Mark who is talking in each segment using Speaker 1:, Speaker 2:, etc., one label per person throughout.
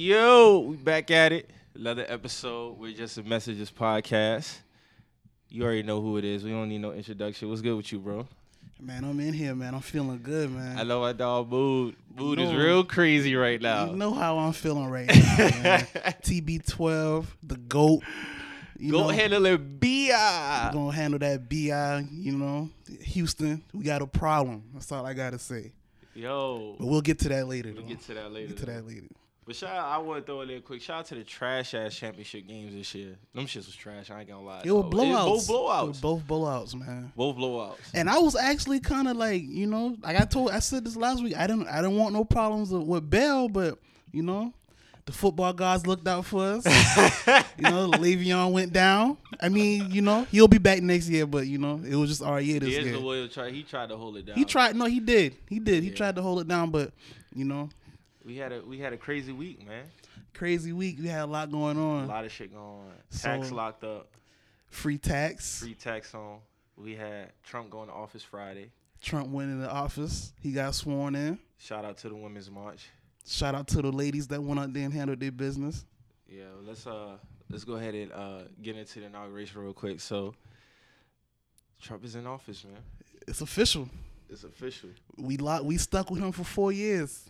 Speaker 1: Yo, we back at it. Another episode. We're just a messages podcast. You already know who it is. We don't need no introduction. What's good with you, bro?
Speaker 2: Man, I'm in here, man. I'm feeling good, man.
Speaker 1: I know my dog Mood. Mood is
Speaker 2: No.
Speaker 1: real crazy right now.
Speaker 2: You know how I'm feeling right now, man. TB12, the GOAT. You
Speaker 1: Go
Speaker 2: know,
Speaker 1: handle it, Bia.
Speaker 2: Gonna handle that BI, you know. Houston, we got a problem. That's all I gotta say.
Speaker 1: Yo,
Speaker 2: But we'll get to that later.
Speaker 1: we'll
Speaker 2: though.
Speaker 1: get to that later.
Speaker 2: Get to
Speaker 1: though.
Speaker 2: that later.
Speaker 1: But shout out, I want to throw in there quick. Shout out to the trash ass championship games this year. Them shits was trash. I ain't gonna lie.
Speaker 2: It was
Speaker 1: though.
Speaker 2: blowouts.
Speaker 1: Both blowouts.
Speaker 2: It was both blowouts, man.
Speaker 1: Both blowouts.
Speaker 2: And I was actually kind of like, you know, like I told, I said this last week. I didn't, I didn't want no problems with Bell, but you know, the football gods looked out for us. you know, Le'Veon went down. I mean, you know, he'll be back next year, but you know, it was just our year this
Speaker 1: Here's the
Speaker 2: year.
Speaker 1: way try. He tried to hold it down.
Speaker 2: He tried, no, he did, he did, he
Speaker 1: Yeah.
Speaker 2: tried to hold it down, but you know,
Speaker 1: We had a we had a crazy week, man.
Speaker 2: crazy week. We had a lot going
Speaker 1: A
Speaker 2: on.
Speaker 1: lot of shit going on. Tax
Speaker 2: So-
Speaker 1: locked up.
Speaker 2: Free tax.
Speaker 1: Free tax on. We had Trump going to office Friday.
Speaker 2: Trump went into office. He got sworn in.
Speaker 1: Shout out to the Women's March.
Speaker 2: Shout out to the ladies that went out there and handled their business.
Speaker 1: Yeah, let's uh let's go ahead and uh get into the inauguration real quick. So Trump is in office, man.
Speaker 2: It's official.
Speaker 1: It's official.
Speaker 2: We locked, we stuck with him for four years.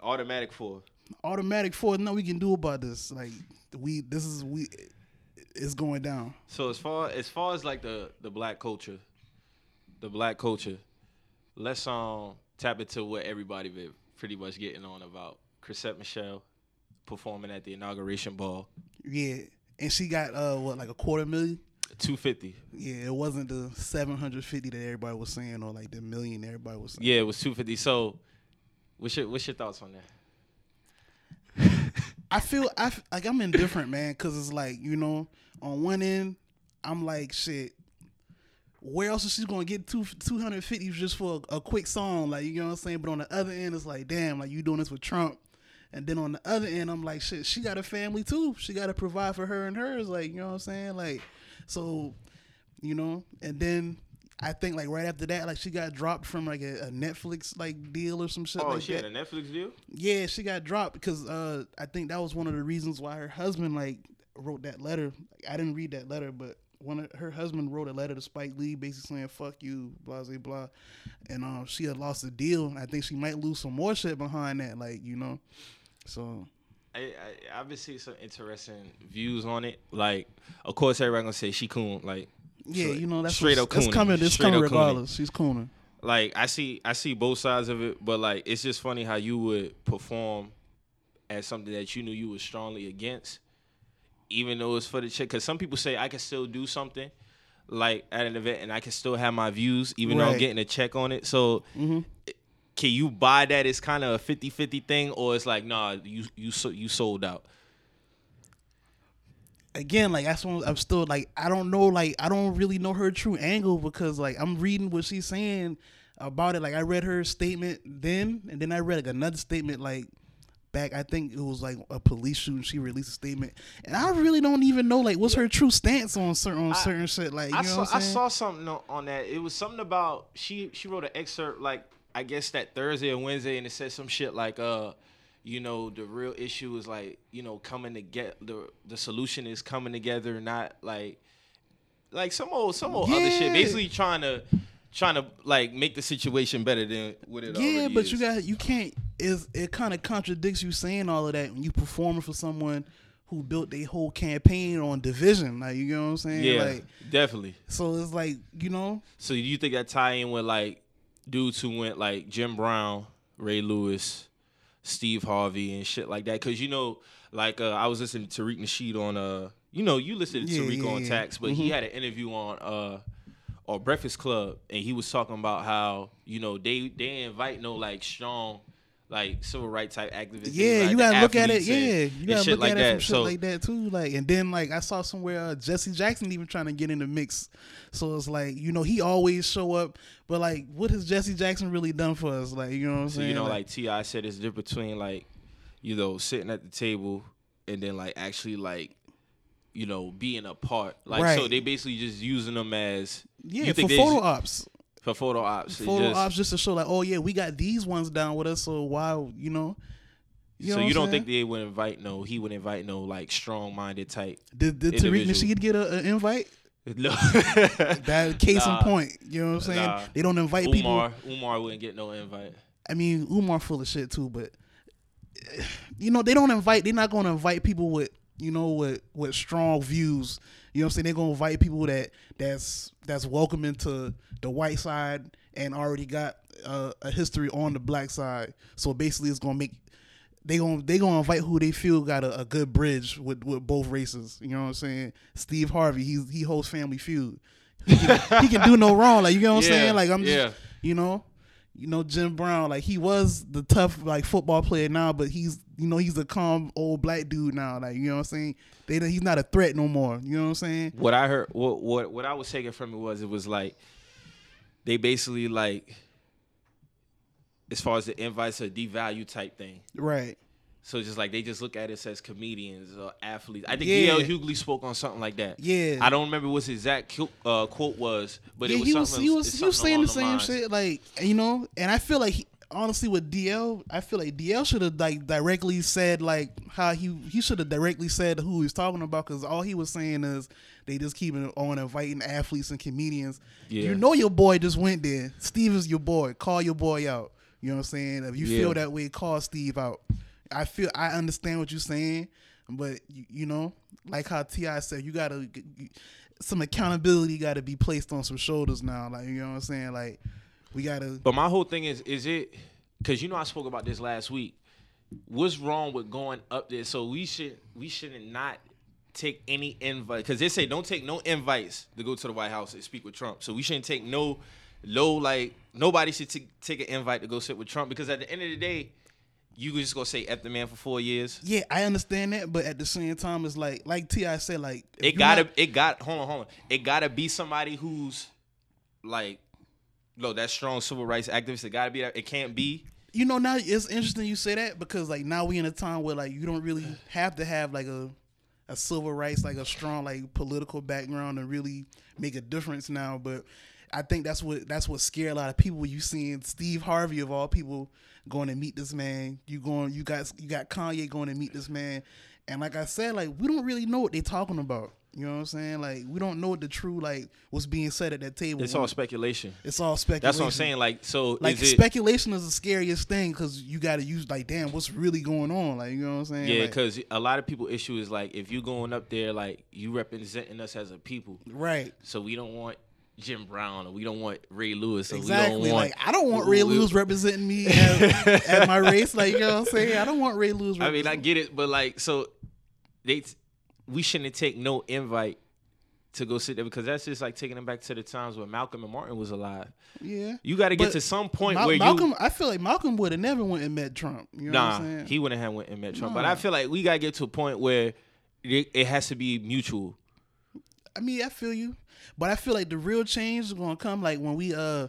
Speaker 1: Automatic four.
Speaker 2: Automatic four. Nothing we can do about this. Like we, this is we, it's going down.
Speaker 1: So as far as far as like the the black culture, the black culture, let's um tap into what everybody been pretty much getting on about. Chrisette Michelle performing at the inauguration ball,
Speaker 2: Yeah, and she got uh what like a quarter million.
Speaker 1: two fifty.
Speaker 2: Yeah, it wasn't the seven hundred fifty that everybody was saying, or like the million everybody was saying.
Speaker 1: Yeah, it was two fifty. So, what's your what's your thoughts on that?
Speaker 2: I feel I f- like I'm indifferent, man, because it's like you know, on one end, I'm like shit. Where else is she gonna get two two hundred fifty just for a, a quick song? Like you know what I'm saying. But on the other end, it's like damn, like you doing this with Trump. And then on the other end, I'm like shit. She got a family too. She got to provide for her and hers. Like you know what I'm saying. Like so, you know. And then. I think like right after that, like she got dropped from like a, a Netflix like deal or some shit.
Speaker 1: Oh,
Speaker 2: like
Speaker 1: she
Speaker 2: that.
Speaker 1: had a Netflix deal.
Speaker 2: Yeah, she got dropped because uh, I think that was one of the reasons why her husband like wrote that letter. I didn't read that letter, but one of her husband wrote a letter to Spike Lee, basically saying "fuck you," blah blah blah, and um, she had lost a deal. and I think she might lose some more shit behind that, like you know. So
Speaker 1: I, I I've been seeing some interesting views on it. Like, of course, everybody gonna say she coon. Like,
Speaker 2: yeah,
Speaker 1: straight-
Speaker 2: you know that's
Speaker 1: straight
Speaker 2: what's-
Speaker 1: up
Speaker 2: It's
Speaker 1: cooning.
Speaker 2: coming. It's
Speaker 1: Straight
Speaker 2: coming
Speaker 1: up cooning.
Speaker 2: regardless. She's cooning.
Speaker 1: like I see I see both sides of it, but like it's just funny how you would perform as something that you knew you were strongly against, even though it's for the chick. Because some people say I can still do something like at an event and I can still have my views, even though I'm
Speaker 2: Right.
Speaker 1: getting a check on it. So. Can you buy that? It's kind of a 50-50 thing, or it's like, nah, you you so, you sold out.
Speaker 2: again, like that's one I'm still like I don't know, like I don't really know her true angle because like I'm reading what she's saying about it. Like I read her statement then, and then I read like another statement like back. I think it was like a police shooting. She released a statement, and I really don't even know like what's her true stance on certain on certain shit. Like you
Speaker 1: I
Speaker 2: know
Speaker 1: saw,
Speaker 2: what
Speaker 1: I
Speaker 2: I'm saying?
Speaker 1: saw something on, on that. It was something about she she wrote an excerpt like I guess that Thursday or Wednesday, and it said some shit like uh, you know, the real issue is like you know coming to get the the solution is coming together, not like like some old some old other shit.
Speaker 2: Yeah.
Speaker 1: Basically trying to trying to like make the situation better than what it
Speaker 2: Yeah,
Speaker 1: already
Speaker 2: but
Speaker 1: is.
Speaker 2: you got you can't. Is it kind of contradicts you saying all of that when you performing for someone who built their whole campaign on division? Like you know what I'm saying?
Speaker 1: yeah,
Speaker 2: Like,
Speaker 1: definitely.
Speaker 2: so it's like you know
Speaker 1: So do you think that tie in with like dudes who went like Jim Brown, Ray Lewis, Steve Harvey, and shit like that? Because you know, like uh, I was listening to Tariq Nasheed on uh, you know, you listened to
Speaker 2: Yeah,
Speaker 1: Tariq
Speaker 2: yeah,
Speaker 1: on
Speaker 2: yeah.
Speaker 1: Tax, but he had an interview on uh, or Breakfast Club, and he was talking about how you know they they invite no like strong. Like civil rights type activists.
Speaker 2: Yeah,
Speaker 1: like the
Speaker 2: you gotta look at it.
Speaker 1: athletes
Speaker 2: Yeah,
Speaker 1: and-
Speaker 2: you
Speaker 1: and
Speaker 2: gotta
Speaker 1: shit
Speaker 2: look
Speaker 1: like
Speaker 2: at it
Speaker 1: that.
Speaker 2: some shit
Speaker 1: so
Speaker 2: like that too. Like, and then like I saw somewhere uh, Jesse Jackson even trying to get in the mix. So it's like you know he always show up, but like what has Jesse Jackson really done for us? Like you know what I'm
Speaker 1: So
Speaker 2: saying?
Speaker 1: you know, like Ti said, it's different between like, you know, sitting at the table and then like actually like, you know, being a part. Like so,
Speaker 2: Right.
Speaker 1: they basically just using them as
Speaker 2: yeah,
Speaker 1: you think
Speaker 2: for
Speaker 1: they
Speaker 2: photo
Speaker 1: just-
Speaker 2: ops,
Speaker 1: for photo ops. It
Speaker 2: photo
Speaker 1: just-
Speaker 2: ops just to show like oh yeah we got these ones down with us. So why you know? You
Speaker 1: so you
Speaker 2: know what I'm
Speaker 1: don't
Speaker 2: saying?
Speaker 1: think they would invite no? He would invite no like strong-minded type.
Speaker 2: Did, did Tariq
Speaker 1: Individual.
Speaker 2: Nasheed get a- an invite?
Speaker 1: No.
Speaker 2: That case
Speaker 1: Nah.
Speaker 2: in point. You know what I'm saying?
Speaker 1: Nah.
Speaker 2: They don't invite people.
Speaker 1: Umar, Umar wouldn't get no invite.
Speaker 2: I mean, Umar full of shit too, but eh, you know they don't invite. They're not going to invite people with you know with with strong views. You know what I'm saying? They're going to invite people that that's that's welcoming to the white side and already got uh, a history on the black side. So basically, it's going to make they gonna they gonna invite who they feel got a, a good bridge with with both races. You know what I'm saying? Steve Harvey, he he hosts Family Feud. He can, he can do no wrong. Like you know what I'm
Speaker 1: Yeah,
Speaker 2: saying? Like I'm
Speaker 1: yeah.
Speaker 2: just you know, you know Jim Brown. Like he was the tough like football player now, but he's you know he's a calm old black dude now. Like you know what I'm saying? They don't- he's not a threat no more. You know what I'm saying?
Speaker 1: What I heard, what what what I was taking from it was, it was like they basically like, as far as the invites, a devalue type thing.
Speaker 2: Right.
Speaker 1: So it's just like they just look at us as comedians or athletes. I think
Speaker 2: Yeah.
Speaker 1: Gail Hughley spoke on something like that.
Speaker 2: Yeah.
Speaker 1: I don't remember what his exact cu- uh, quote was, but
Speaker 2: yeah,
Speaker 1: it was
Speaker 2: he was
Speaker 1: something.
Speaker 2: he was he was
Speaker 1: something
Speaker 2: saying
Speaker 1: along
Speaker 2: the same
Speaker 1: lines.
Speaker 2: shit, like you know. And I feel like he, honestly with DL, I feel like DL should have like directly said like how he he should have directly said who he was talking about because all he was saying is they just keep on inviting athletes and comedians.
Speaker 1: Yeah.
Speaker 2: You know Oh, your boy just went there. Steve is your boy. Call your boy out. You know what I'm saying? If you
Speaker 1: Yeah.
Speaker 2: feel that way, call Steve out. I feel I understand what you're saying, but you, you know, like how Ti said, you gotta you- some accountability got to be placed on some shoulders now. Like you know what I'm saying? Like we gotta.
Speaker 1: But my whole thing is, is it because you know I spoke about this last week. What's wrong with going up there? So we should we shouldn't not take any invite because they say don't take no invites to go to the White House and speak with Trump. So we shouldn't take no low like nobody should t- take an invite to go sit with Trump because at the end of the day, you just gonna say f the man for four years.
Speaker 2: Yeah, I understand that, but at the same time, it's like like Ti said, like if
Speaker 1: It
Speaker 2: you
Speaker 1: gotta
Speaker 2: not-
Speaker 1: it got hold on hold on. It gotta be somebody who's like. No, that strong civil rights activist. It gotta be that. It can't be.
Speaker 2: you know now it's interesting you say that because like now we in a time where like you don't really have to have like a a civil rights like a strong like political background to really make a difference now but i think that's what that's what scared a lot of people you seeing steve harvey of all people going to meet this man you going you got you got kanye going to meet this man and like i said like we don't really know what they talking about you know what i'm saying like we don't know the true like what's being said at that table
Speaker 1: It's all speculation.
Speaker 2: it's all speculation
Speaker 1: That's what I'm saying. Like, so
Speaker 2: like
Speaker 1: is it?
Speaker 2: speculation is the scariest thing because you got to use like, damn, what's really going on? Like, you know what I'm saying?
Speaker 1: yeah,
Speaker 2: Like,
Speaker 1: because a lot of people issue is like if you going up there, like you representing us as a people,
Speaker 2: right,
Speaker 1: so we don't want Jim Brown or we don't want Ray Lewis or we
Speaker 2: exactly.
Speaker 1: don't want.
Speaker 2: like, I don't want Ray
Speaker 1: we-
Speaker 2: Lewis representing me at, at my race. Like, you know what I'm saying? I don't want Ray Lewis.
Speaker 1: I mean,
Speaker 2: representing-
Speaker 1: I get it, but like, so they, t- we shouldn't take no invite to go sit there because that's just like taking them back to the times when Malcolm and Martin was alive.
Speaker 2: yeah.
Speaker 1: You got to get
Speaker 2: But
Speaker 1: to some point
Speaker 2: Mal-
Speaker 1: where
Speaker 2: Malcolm,
Speaker 1: you.
Speaker 2: I feel like Malcolm would have never went and met Trump. You know what I'm
Speaker 1: Nah,
Speaker 2: saying?
Speaker 1: he wouldn't have went and met Trump, but
Speaker 2: Nah.
Speaker 1: I feel like we gotta get to a point where it, it has to be mutual.
Speaker 2: I mean, I feel you, but I feel like the real change is gonna come like when we uh.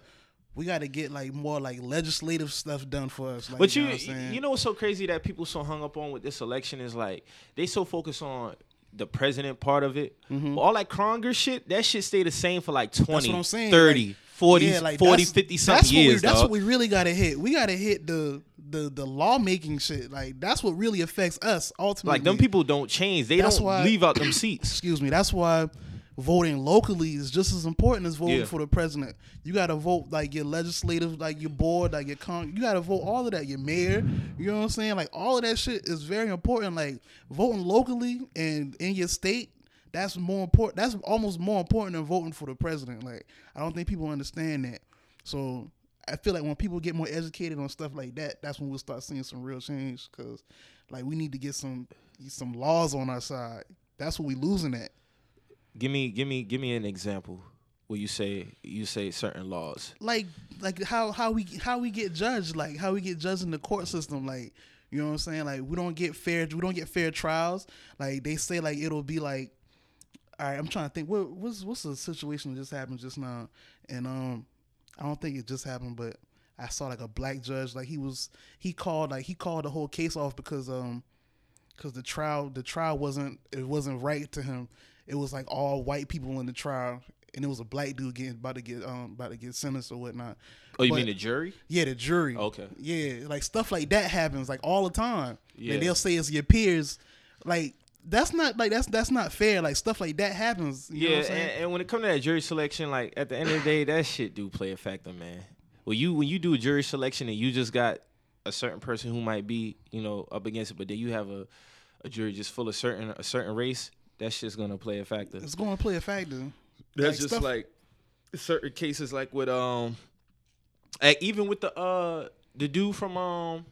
Speaker 2: We got to get like more like legislative stuff done for us. Like,
Speaker 1: But
Speaker 2: you,
Speaker 1: you,
Speaker 2: know what I'm
Speaker 1: you know,
Speaker 2: saying?
Speaker 1: what's so crazy that people so hung up on with this election is like they so focused on the president part of it. But all that Kronger shit, that shit stay the same for like 20,
Speaker 2: Mm-hmm. what I'm saying,
Speaker 1: 30,
Speaker 2: like-
Speaker 1: 40,
Speaker 2: Yeah, like,
Speaker 1: 40,
Speaker 2: that's-
Speaker 1: 50
Speaker 2: that's
Speaker 1: something
Speaker 2: what we-
Speaker 1: years.
Speaker 2: that's
Speaker 1: dawg.
Speaker 2: what we really gotta hit. We gotta hit the the the lawmaking shit. Like that's what really affects us ultimately.
Speaker 1: like them people don't change. They
Speaker 2: That's
Speaker 1: don't
Speaker 2: why-
Speaker 1: leave out them seats.
Speaker 2: Excuse me. That's why voting locally is just as important as voting
Speaker 1: Yeah.
Speaker 2: for the president. You gotta vote like your legislative, like your board, like your con. You gotta vote all of that. Your mayor. You know what I'm saying? Like all of that shit is very important. Like voting locally and in your state. That's more important. That's almost more important than voting for the president. Like I don't think people understand that. So I feel like when people get more educated on stuff like that, that's when we'll start seeing some real change. Cause like we need to get some some laws on our side. That's what we losing at.
Speaker 1: Give me, give me, give me an example where you say you say certain laws.
Speaker 2: Like like how how we how we get judged. Like how we get judged in the court system. Like you know what I'm saying. Like we don't get fair. We don't get fair trials. Like they say like it'll be like. All right, I'm trying to think. What what's what's the situation that just happened just now? And um, I don't think it just happened, but I saw like a black judge. Like he was he called like he called the whole case off because um because the trial the trial wasn't it wasn't right to him. It was like all white people in the trial, and it was a black dude getting about to get um about to get sentenced or whatnot.
Speaker 1: Oh, you
Speaker 2: But-
Speaker 1: mean the jury?
Speaker 2: Yeah, the jury.
Speaker 1: Okay.
Speaker 2: Yeah, like stuff like that happens like all the time.
Speaker 1: Yeah.
Speaker 2: And they'll say it's your peers. Like that's not like that's that's not fair. Like stuff like that happens. You know
Speaker 1: Yeah,
Speaker 2: what I'm saying?
Speaker 1: and, and when it comes to that jury selection, like at the end of the day, that shit do play a factor, man. When you when you do jury selection and you just got a certain person who might be you know up against it, but then you have a, a jury just full of certain a certain race, that shit's gonna play a factor.
Speaker 2: it's going to play a factor.
Speaker 1: That's
Speaker 2: Like,
Speaker 1: just
Speaker 2: stuff-
Speaker 1: like certain cases, like with um, like even with the uh the dude from um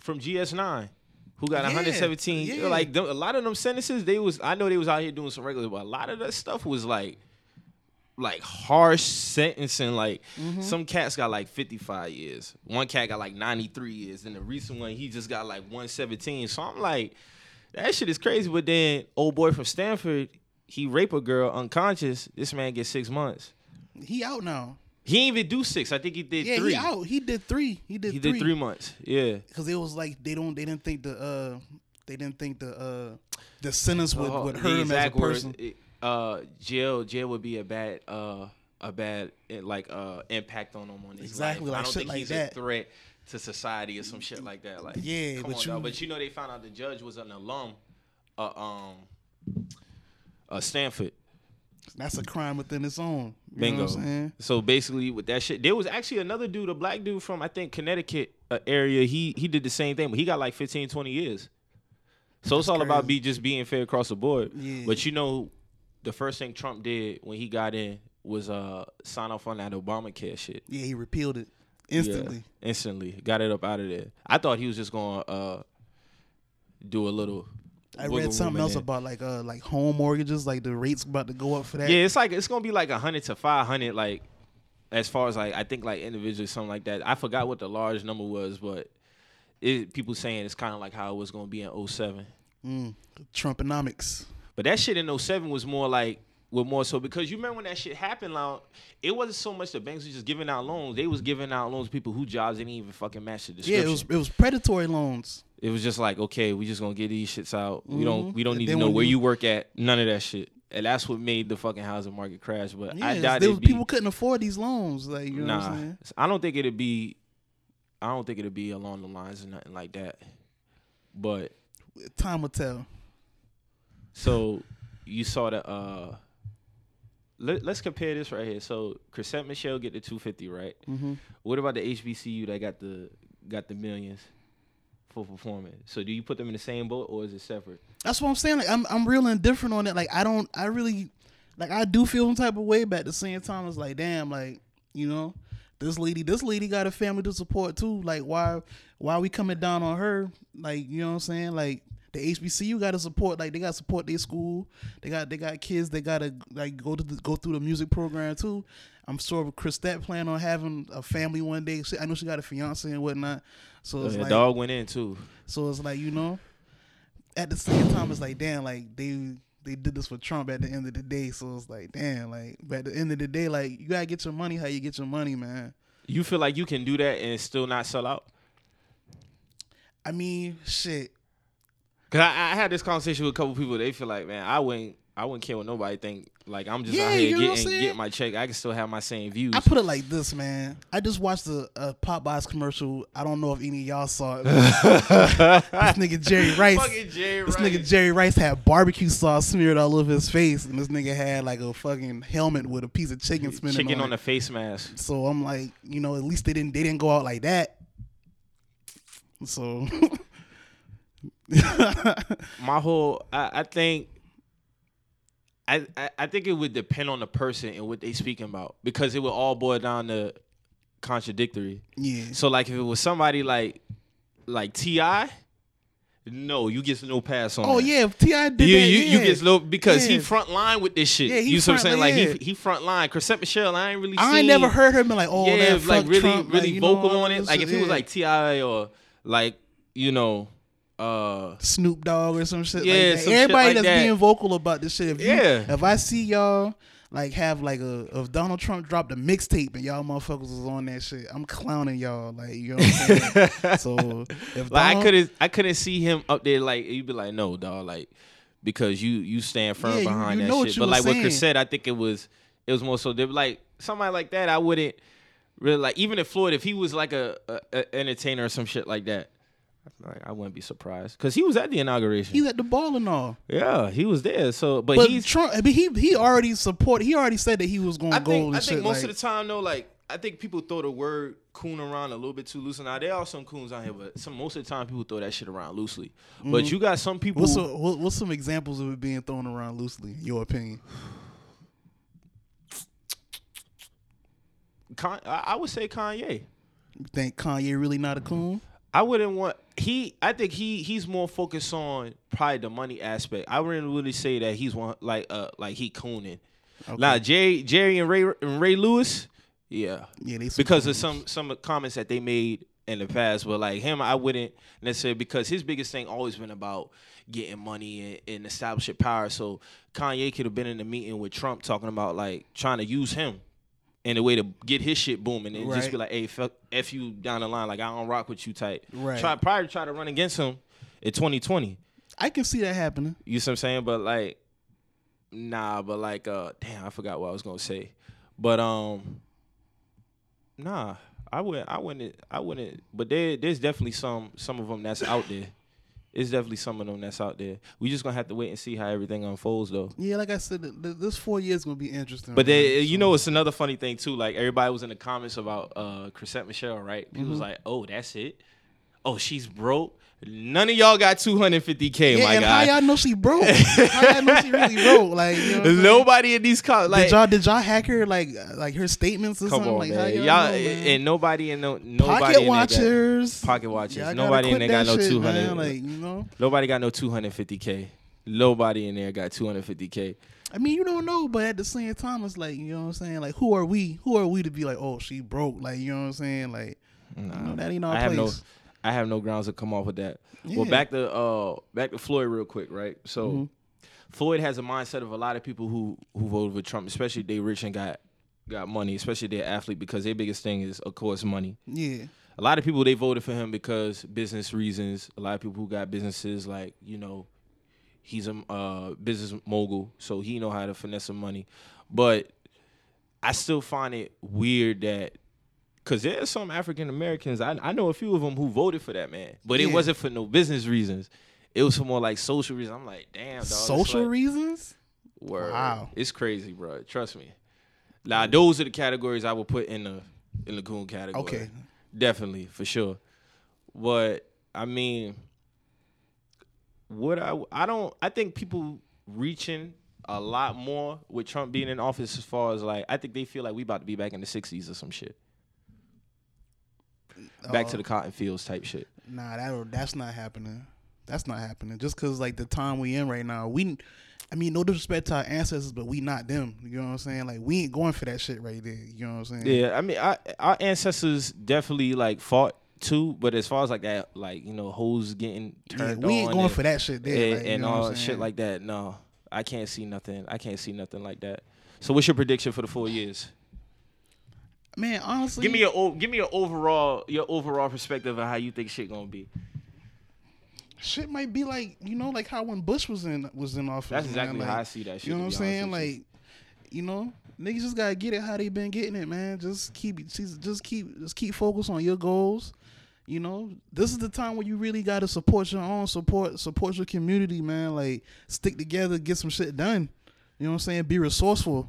Speaker 1: from GS nine who got
Speaker 2: Yeah,
Speaker 1: 117.
Speaker 2: yeah.
Speaker 1: Like them, a lot of them sentences, they was I know they was out here doing some regular, but a lot of that stuff was like like harsh sentencing. Like
Speaker 2: Mm-hmm.
Speaker 1: some cats got like 55 years, one cat got like 93 years, and the recent one he just got like 117. So I'm like, that shit is crazy. But then old boy from Stanford. He raped a girl unconscious. This man gets six months.
Speaker 2: He out now.
Speaker 1: He didn't even do six. I think he did
Speaker 2: Yeah,
Speaker 1: three.
Speaker 2: he out. He did 3. He did
Speaker 1: He
Speaker 2: 3.
Speaker 1: did three months. Yeah.
Speaker 2: Cuz it was like they don't they didn't think the uh they didn't think the uh the sentence would,
Speaker 1: Oh,
Speaker 2: would
Speaker 1: the
Speaker 2: hurt him as a
Speaker 1: exact words,
Speaker 2: person.
Speaker 1: it- uh, jail, jail would be a bad, uh, a bad eh, like uh impact on him on his
Speaker 2: Exactly,
Speaker 1: life.
Speaker 2: like
Speaker 1: I don't
Speaker 2: shit
Speaker 1: think
Speaker 2: like
Speaker 1: he's
Speaker 2: that.
Speaker 1: a threat to society or some shit like that. Like
Speaker 2: Yeah,
Speaker 1: come
Speaker 2: but
Speaker 1: on,
Speaker 2: you-
Speaker 1: dog. but you know they found out the judge was an alum, uh, um, uh, Stanford.
Speaker 2: That's a crime within its own. You
Speaker 1: Bingo.
Speaker 2: know what I'm saying?
Speaker 1: So basically, with that shit, there was actually another dude, a black dude from I think Connecticut uh, area. He he did the same thing, but he got like 15, 20 years. So it's all about be just being fair across the board.
Speaker 2: Yeah.
Speaker 1: But you know, the first thing Trump did when he got in was uh sign off on that Obamacare shit.
Speaker 2: Yeah, he repealed it
Speaker 1: Yeah,
Speaker 2: instantly.
Speaker 1: instantly got it up out of there. I thought he was just gonna uh do a little.
Speaker 2: I
Speaker 1: wiggle
Speaker 2: read
Speaker 1: room
Speaker 2: something
Speaker 1: in
Speaker 2: else
Speaker 1: there.
Speaker 2: about like uh like home mortgages, like the rates about to go up for that.
Speaker 1: Yeah, it's like it's gonna be like a hundred to five hundred, like as far as like I think like individually something like that. I forgot what the large number was, but it, people saying it's kind of like how it was gonna be in 07.
Speaker 2: Mm, Trumponomics.
Speaker 1: But that shit in 07 was more like with more so because you remember when that shit happened, like it wasn't so much the banks was just giving out loans; they was giving out loans to people who jobs didn't even fucking match the
Speaker 2: Yeah,
Speaker 1: description.
Speaker 2: it was it was predatory loans.
Speaker 1: just like okay, we just gonna get these shits out. We don't we don't
Speaker 2: Mm-hmm. And
Speaker 1: need to
Speaker 2: then
Speaker 1: know
Speaker 2: when
Speaker 1: where
Speaker 2: you-
Speaker 1: you work at. None of that shit. And that's what made the fucking housing market crash. But
Speaker 2: Yeah,
Speaker 1: I doubt it'd
Speaker 2: there was,
Speaker 1: be-
Speaker 2: people couldn't afford these loans. Like you know what
Speaker 1: Nah,
Speaker 2: I'm saying?
Speaker 1: I don't think it'd be. I don't think it'd be along the lines of nothing like that. But
Speaker 2: Time will tell.
Speaker 1: so you saw the. Uh, let, let's compare this right here. So Chrisette Michelle get the two fifty, right?
Speaker 2: Mhm.
Speaker 1: What about the HBCU that got the got the millions for performing? So do you put them in the same boat or is it separate?
Speaker 2: That's what I'm saying. Like I'm I'm real indifferent on it. Like I don't I really like I do feel some type of way, but at the same time it's like damn, like you know this lady this lady got a family to support too. Like why why we coming down on her? Like you know what I'm saying? Like the HBCU got to support like they got to support their school. They got they got kids. They got to like go to the, go through the music program too. I'm sure Chrisette plan on having a family one day. She, I know she got a fiance and whatnot. So it's
Speaker 1: The
Speaker 2: like
Speaker 1: dog went in too.
Speaker 2: so it's like you know, at the same time, it's like damn, like they they did this for Trump at the end of the day. So it's like damn, like but at the end of the day, like you gotta get your money how you get your money, man.
Speaker 1: You feel like you can do that and still not sell out?
Speaker 2: I mean, shit.
Speaker 1: Cause I, I had this conversation with a couple people. They feel like, man, I wouldn't, I wouldn't care what nobody think. Like I'm just out
Speaker 2: Yeah,
Speaker 1: here
Speaker 2: you know what I'm
Speaker 1: getting
Speaker 2: saying?
Speaker 1: get my check. I can still have my same views.
Speaker 2: I put it like this, man. I just watched a, a Popeyes commercial. I don't know if any of y'all saw it. this nigga Jerry Rice.
Speaker 1: Fucking Jerry
Speaker 2: this
Speaker 1: Rice.
Speaker 2: nigga Jerry Rice had barbecue sauce smeared all over his face, and this nigga had like a fucking helmet with a piece of chicken spinning
Speaker 1: Chicken
Speaker 2: on,
Speaker 1: on
Speaker 2: it.
Speaker 1: a face mask.
Speaker 2: So I'm like, you know, at least they didn't they didn't go out like that. So
Speaker 1: My whole, I, I think, I, I, I think it would depend on the person and what they speaking about because it would all boil down to contradictory.
Speaker 2: yeah,
Speaker 1: So like if it was somebody like, like Ti, no, you get no pass on.
Speaker 2: Oh
Speaker 1: that.
Speaker 2: yeah, if Ti did
Speaker 1: you,
Speaker 2: that.
Speaker 1: you, you
Speaker 2: yeah.
Speaker 1: get slow because he
Speaker 2: Yeah.
Speaker 1: front line with this shit.
Speaker 2: Yeah, he
Speaker 1: you see what I'm saying?
Speaker 2: front line,
Speaker 1: Like
Speaker 2: yeah.
Speaker 1: he he front line. Chrisette Michelle, I ain't really.
Speaker 2: I
Speaker 1: seen,
Speaker 2: ain't never heard her be like, oh,
Speaker 1: Yeah,
Speaker 2: that fuck
Speaker 1: like really,
Speaker 2: Trump, like,
Speaker 1: really
Speaker 2: you know,
Speaker 1: vocal
Speaker 2: all
Speaker 1: on it.
Speaker 2: this
Speaker 1: Like
Speaker 2: shit,
Speaker 1: if he was
Speaker 2: yeah.
Speaker 1: like Ti or like you know, uh,
Speaker 2: Snoop Dogg or some shit.
Speaker 1: Yeah,
Speaker 2: like that.
Speaker 1: some shit
Speaker 2: everybody
Speaker 1: like
Speaker 2: that's
Speaker 1: that.
Speaker 2: being vocal about this shit. If you,
Speaker 1: Yeah.
Speaker 2: if I see y'all like have like a if Donald Trump dropped a mixtape and y'all motherfuckers was on that shit, I'm clowning y'all. Like you know what I'm saying. so if
Speaker 1: like I
Speaker 2: Donald-
Speaker 1: couldn't I couldn't see him up there. Like you'd be like, no, dog, like because you you stand firm
Speaker 2: Yeah, you-
Speaker 1: behind
Speaker 2: you
Speaker 1: that
Speaker 2: know what
Speaker 1: shit.
Speaker 2: you
Speaker 1: But
Speaker 2: was
Speaker 1: like
Speaker 2: saying.
Speaker 1: what Chrisette, I think it was It was more so they were like somebody like that. I wouldn't really like even if Floyd, if he was like a, a, a entertainer or some shit like that, like, I wouldn't be surprised because he was at the inauguration.
Speaker 2: He's at the ball and all.
Speaker 1: yeah, he was there. So, but,
Speaker 2: But
Speaker 1: he's.
Speaker 2: Trump, I mean, he he already supported. He already said that he was going
Speaker 1: I
Speaker 2: to go.
Speaker 1: think
Speaker 2: and
Speaker 1: I think
Speaker 2: shit,
Speaker 1: most
Speaker 2: like-
Speaker 1: of the time though, like I think people throw the word coon around a little bit too loosely. Now there are some coons out here, but some most of the time people throw that shit around loosely. But you got some people.
Speaker 2: Mm-hmm. What's, a, what, what's some examples of it being thrown around loosely? in Your opinion?
Speaker 1: Con- I I would say Kanye.
Speaker 2: You think Kanye really not a coon?
Speaker 1: I wouldn't want he. I think he he's more focused on probably the money aspect. I wouldn't really say that he's one like uh like he cooning. Now Jerry Jerry and Ray and Ray Lewis, yeah,
Speaker 2: Yeah, they some
Speaker 1: because of some some comments that they made in the past. But like him, I wouldn't necessarily because his biggest thing always been about getting money and, and establishing power. So Kanye could have been in a meeting with Trump talking about like trying to use him in a way to get his shit booming and just
Speaker 2: Right.
Speaker 1: be like, hey, fuck, f you down the line, like I don't rock with you type.
Speaker 2: Right.
Speaker 1: Try probably try to run against him in 2020.
Speaker 2: I can see that happening.
Speaker 1: You see what I'm saying? But like, nah, but like, uh, damn, I forgot what I was gonna say. But um, nah, I wouldn't, I wouldn't, I wouldn't. But there, there's definitely some, some of them that's out there. It's definitely some of them that's out there. We just gonna have to wait and see how everything unfolds, though.
Speaker 2: Yeah, like I said, th- th- this four years gonna be interesting.
Speaker 1: But
Speaker 2: man.
Speaker 1: they, you know, it's another funny thing too. Like everybody was in the comments about uh Chrisette Michelle, right? People
Speaker 2: Mm-hmm.
Speaker 1: was like, "Oh, that's it. Oh, she's broke. None of y'all got 250k.
Speaker 2: yeah,
Speaker 1: my
Speaker 2: and
Speaker 1: God,
Speaker 2: how y'all know she broke? how y'all know she really broke? Like, you know what I'm saying?
Speaker 1: nobody in these comments. Like,
Speaker 2: did y'all did y'all hack her like uh, like her statements or
Speaker 1: Come
Speaker 2: something?
Speaker 1: on,
Speaker 2: like, how
Speaker 1: man.
Speaker 2: y'all,
Speaker 1: Y'all,
Speaker 2: know, man?
Speaker 1: and nobody in no nobody
Speaker 2: pocket
Speaker 1: in there Got,
Speaker 2: watchers,
Speaker 1: pocket watchers.
Speaker 2: Y'all gotta
Speaker 1: Nobody in
Speaker 2: quit
Speaker 1: there got
Speaker 2: that
Speaker 1: no
Speaker 2: shit,
Speaker 1: 200.
Speaker 2: man, Like, you know,
Speaker 1: nobody got no 250k. Nobody in there got 250k.
Speaker 2: I mean, you don't know, but at the same time, it's like you know what I'm saying. Like, who are we? Who are we to be like, oh, she broke? Like, you know what I'm saying? Like, no, that ain't our
Speaker 1: I have no,
Speaker 2: place.
Speaker 1: I have no grounds to come off with that. Well,
Speaker 2: Yeah. Mm-hmm.
Speaker 1: back to uh, back to Floyd real quick, right? So, Floyd has a mindset of a lot of people who who voted for Trump, especially if they rich and got got money, especially if they're athlete, because their biggest thing is of course money.
Speaker 2: Yeah,
Speaker 1: a lot of people they voted for him because business reasons. A lot of people who got businesses like you know, he's a uh, business mogul, so he know how to finesse some money. But I still find it weird that because there's some African Americans I I know a few of them who voted for that man, but it
Speaker 2: Yeah.
Speaker 1: wasn't for no business reasons. It was for more like social reasons. I'm like, damn, dog.
Speaker 2: social
Speaker 1: reasons.
Speaker 2: reasons.
Speaker 1: Word.
Speaker 2: Wow.
Speaker 1: It's crazy, bro. Trust me. Now those are the categories I would put in the in the coon category.
Speaker 2: Okay.
Speaker 1: Definitely, for sure. But I mean, what I I don't I think people reaching a lot more with Trump being in office as far as like I think they feel like we about to be back in the sixties or some shit. Back
Speaker 2: Oh.
Speaker 1: to the cotton fields type shit.
Speaker 2: Nah, that that's not happening. That's not happening. Just cause like the time we in right now, we, I mean, no disrespect to our ancestors, but we not them. You know what I'm saying? Like we ain't going for that shit right there. You know what I'm saying?
Speaker 1: Yeah, I mean, I, our ancestors definitely like fought too, but as far as like that, like you know, hoes getting
Speaker 2: Yeah,
Speaker 1: turned
Speaker 2: we ain't
Speaker 1: on
Speaker 2: going
Speaker 1: and-
Speaker 2: for that shit there.
Speaker 1: and,
Speaker 2: like, you
Speaker 1: and
Speaker 2: know what I'm
Speaker 1: all shit
Speaker 2: saying?
Speaker 1: like that. No, I can't see nothing. I can't see nothing like that. So, what's your prediction for the four years?
Speaker 2: man, honestly,
Speaker 1: Give me your give me your overall your overall perspective of how you think shit gonna be.
Speaker 2: shit might be like you know like how when Bush was in was in office.
Speaker 1: That's
Speaker 2: man,
Speaker 1: exactly
Speaker 2: like,
Speaker 1: how I see that shit.
Speaker 2: You know
Speaker 1: to
Speaker 2: what I'm
Speaker 1: be
Speaker 2: saying?
Speaker 1: honest with you.
Speaker 2: Like, you know, niggas just gotta get it how they been getting it, man. Just keep, just keep, just keep focus on your goals. You know, this is the time where you really gotta support your own support, support your community, man. Like, stick together, get some shit done. You know what I'm saying? Be resourceful.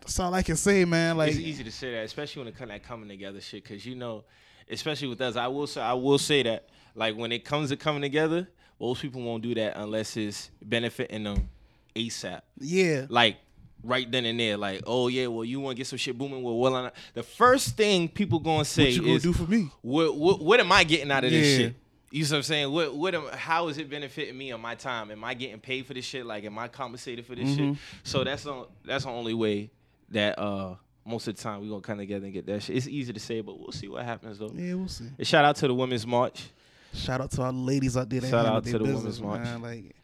Speaker 2: That's all I can say, man. Like,
Speaker 1: it's easy to say that, especially when it comes to that coming together shit, because you know, especially with us, I will say I will say that like when it comes to coming together, most people won't do that unless it's benefiting them ASAP,
Speaker 2: yeah,
Speaker 1: like right then and there. Like, oh yeah, well you want to get some shit booming? Well, well, I, the first thing people gonna say
Speaker 2: what you gonna
Speaker 1: is,
Speaker 2: do for me?
Speaker 1: what, what what am I getting out of this
Speaker 2: Yeah.
Speaker 1: shit? You see what I'm saying? What what am, how is it benefiting me on my time? Am I getting paid for this shit? Like am I compensated for this shit?
Speaker 2: Mm-hmm.
Speaker 1: So that's the that's the only way that uh most of the time we gonna come together and get that shit. It's easy to say, but we'll see what happens though.
Speaker 2: Yeah, we'll see.
Speaker 1: And Shout out to the women's march.
Speaker 2: Shout out to all the ladies out there that
Speaker 1: Shout
Speaker 2: handle
Speaker 1: out to
Speaker 2: their
Speaker 1: the
Speaker 2: business,
Speaker 1: Women's March.
Speaker 2: man. Like,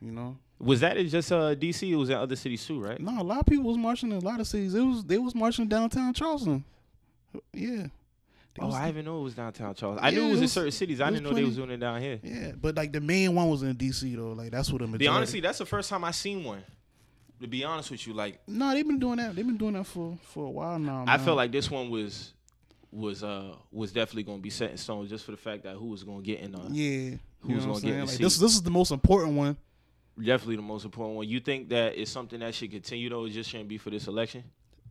Speaker 2: you know,
Speaker 1: Was that in just uh DC? It was in other cities too, right?
Speaker 2: No, a lot of people was marching in a lot of cities. It was they was marching downtown Charleston. Yeah. They
Speaker 1: Oh,
Speaker 2: was-
Speaker 1: I didn't know it was downtown Charles. I knew it
Speaker 2: Yeah, it
Speaker 1: was in
Speaker 2: was-
Speaker 1: certain cities. I
Speaker 2: it was
Speaker 1: didn't know they
Speaker 2: plenty.
Speaker 1: was doing it down here.
Speaker 2: yeah, but like the main one was in D.C. though. Like that's what the majority.
Speaker 1: The honestly, that's the first time I seen one. To be honest with you, like
Speaker 2: No, they've been doing that. They've been doing that for for a while now.
Speaker 1: I
Speaker 2: man.
Speaker 1: felt like this one was was uh was definitely gonna be set in stone just for the fact that who was gonna get in on. it.
Speaker 2: yeah.
Speaker 1: Who's gonna
Speaker 2: what I'm
Speaker 1: get
Speaker 2: saying?
Speaker 1: the
Speaker 2: like,
Speaker 1: seat?
Speaker 2: this? This is the most important one.
Speaker 1: Definitely the most important one. You think that it's something that should continue though? It just shouldn't be for this election.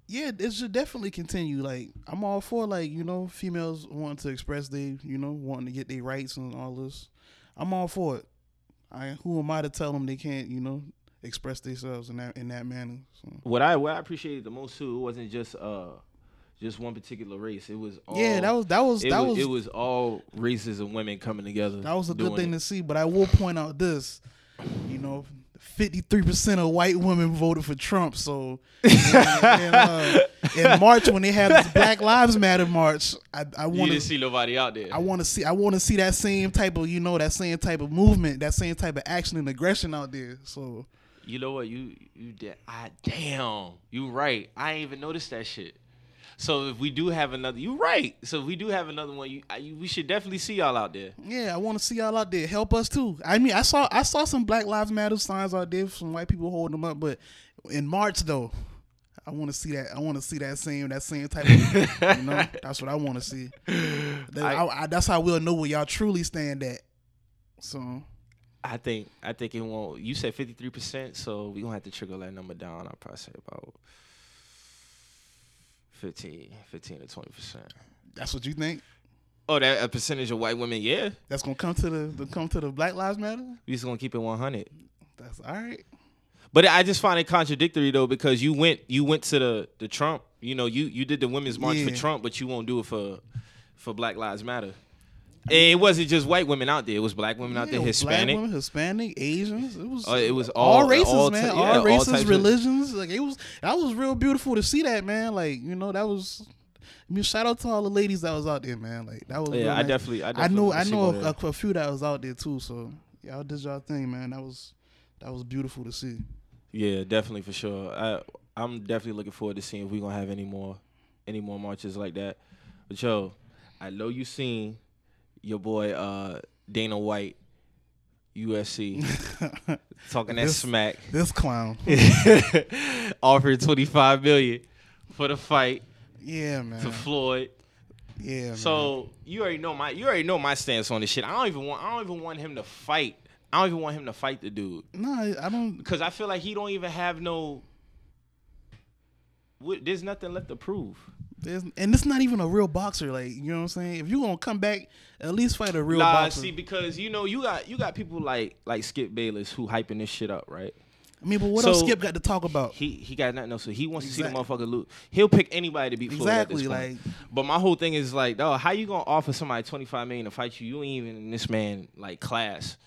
Speaker 2: Yeah, it should definitely continue. Like I'm all for like you know females wanting to express they you know wanting to get their rights and all this. I'm all for it. I who am I to tell them they can't you know express themselves in that in that manner? So.
Speaker 1: What I what I appreciated the most too, it wasn't just uh just one particular race. It was all
Speaker 2: yeah, that was that was
Speaker 1: Oh, it
Speaker 2: that
Speaker 1: was,
Speaker 2: was,
Speaker 1: it was all races of women coming together.
Speaker 2: that was a good
Speaker 1: doing
Speaker 2: thing
Speaker 1: it.
Speaker 2: to see. But I will point out this, you know. 53% of white women voted for Trump. So and, uh, in March, when they had this Black Lives Matter march, I, I
Speaker 1: You
Speaker 2: wanted
Speaker 1: didn't see nobody out there.
Speaker 2: I want to see. I want to see that same type of, you know, that same type of movement, that same type of action and aggression out there. So
Speaker 1: You know what? You you did. I damn. You right. I ain't even noticed that shit. So if we do have another, you right. So if we do have another one, you, I, you we should definitely see y'all out there.
Speaker 2: yeah, I want to see y'all out there. Help us too. I mean, I saw I saw some Black Lives Matter signs out there, some white people holding them up. But in March though, I want to see that. I want to see that same that same type. of, You know, that's what I want to see. That-
Speaker 1: I-
Speaker 2: I- I- that's how we'll know where y'all truly stand at. So
Speaker 1: I think I think it won't. You said fifty three percent, so we gonna have to trickle that number down. I'll probably say about 15, 15 to twenty percent.
Speaker 2: that's what you think.
Speaker 1: Oh, that a percentage of white women? Yeah,
Speaker 2: That's gonna come to the, the come to the Black Lives Matter.
Speaker 1: we just gonna keep it one hundred.
Speaker 2: That's all right.
Speaker 1: But I just find it contradictory though because you went you went to the the Trump, you know, you you did the women's march for
Speaker 2: Yeah.
Speaker 1: Trump, but you won't do it for for Black Lives Matter. And it wasn't just white women out there; it was black women out
Speaker 2: Yeah,
Speaker 1: there,
Speaker 2: it was
Speaker 1: Hispanic.
Speaker 2: Black women, Hispanic, Asians. It was
Speaker 1: Uh, it was
Speaker 2: all,
Speaker 1: all-
Speaker 2: races,
Speaker 1: all
Speaker 2: man.
Speaker 1: ty- yeah,
Speaker 2: all
Speaker 1: all
Speaker 2: races,
Speaker 1: types of-
Speaker 2: religions. Like it was that was real beautiful to see that, man. Like, you know, that was I mean, shout out to all the ladies that was out there, man. Like that was
Speaker 1: Yeah,
Speaker 2: real
Speaker 1: I
Speaker 2: nice.
Speaker 1: definitely- I
Speaker 2: I know
Speaker 1: definitely
Speaker 2: I
Speaker 1: see
Speaker 2: know
Speaker 1: one of
Speaker 2: a, a, a few that was out there too, so y'all did y'all thing, man. That was that was beautiful to see.
Speaker 1: Yeah, definitely for sure. I I'm definitely looking forward to seeing if we're gonna have any more any more marches like that. But yo, I know you seen your boy uh Dana White, UFC, talking that
Speaker 2: This-
Speaker 1: smack.
Speaker 2: This clown.
Speaker 1: offered 25 million for the fight
Speaker 2: Yeah, man.
Speaker 1: to Floyd.
Speaker 2: Yeah, man.
Speaker 1: So you already know my you already know my stance on this shit. I don't even want I don't even want him to fight. I don't even want him to fight the dude
Speaker 2: no, I- I don't
Speaker 1: because I feel like he don't even have no. what- There's nothing left to prove.
Speaker 2: there's, and it's not even a real boxer, like you know what I'm saying? If you gonna come back, at least fight a real
Speaker 1: nah,
Speaker 2: boxer.
Speaker 1: see, because you know you got you got people like like Skip Bayless who hyping this shit up, right?
Speaker 2: I mean, but what else
Speaker 1: So-
Speaker 2: Skip got to talk about?
Speaker 1: He he got nothing else. So he wants to see
Speaker 2: Exact-
Speaker 1: the motherfucker lose. He'll pick anybody to beat Floyd. at this
Speaker 2: Exactly,
Speaker 1: point. But my whole thing is like, dog, how you gonna offer somebody twenty five million to fight you? You ain't even in this man like class.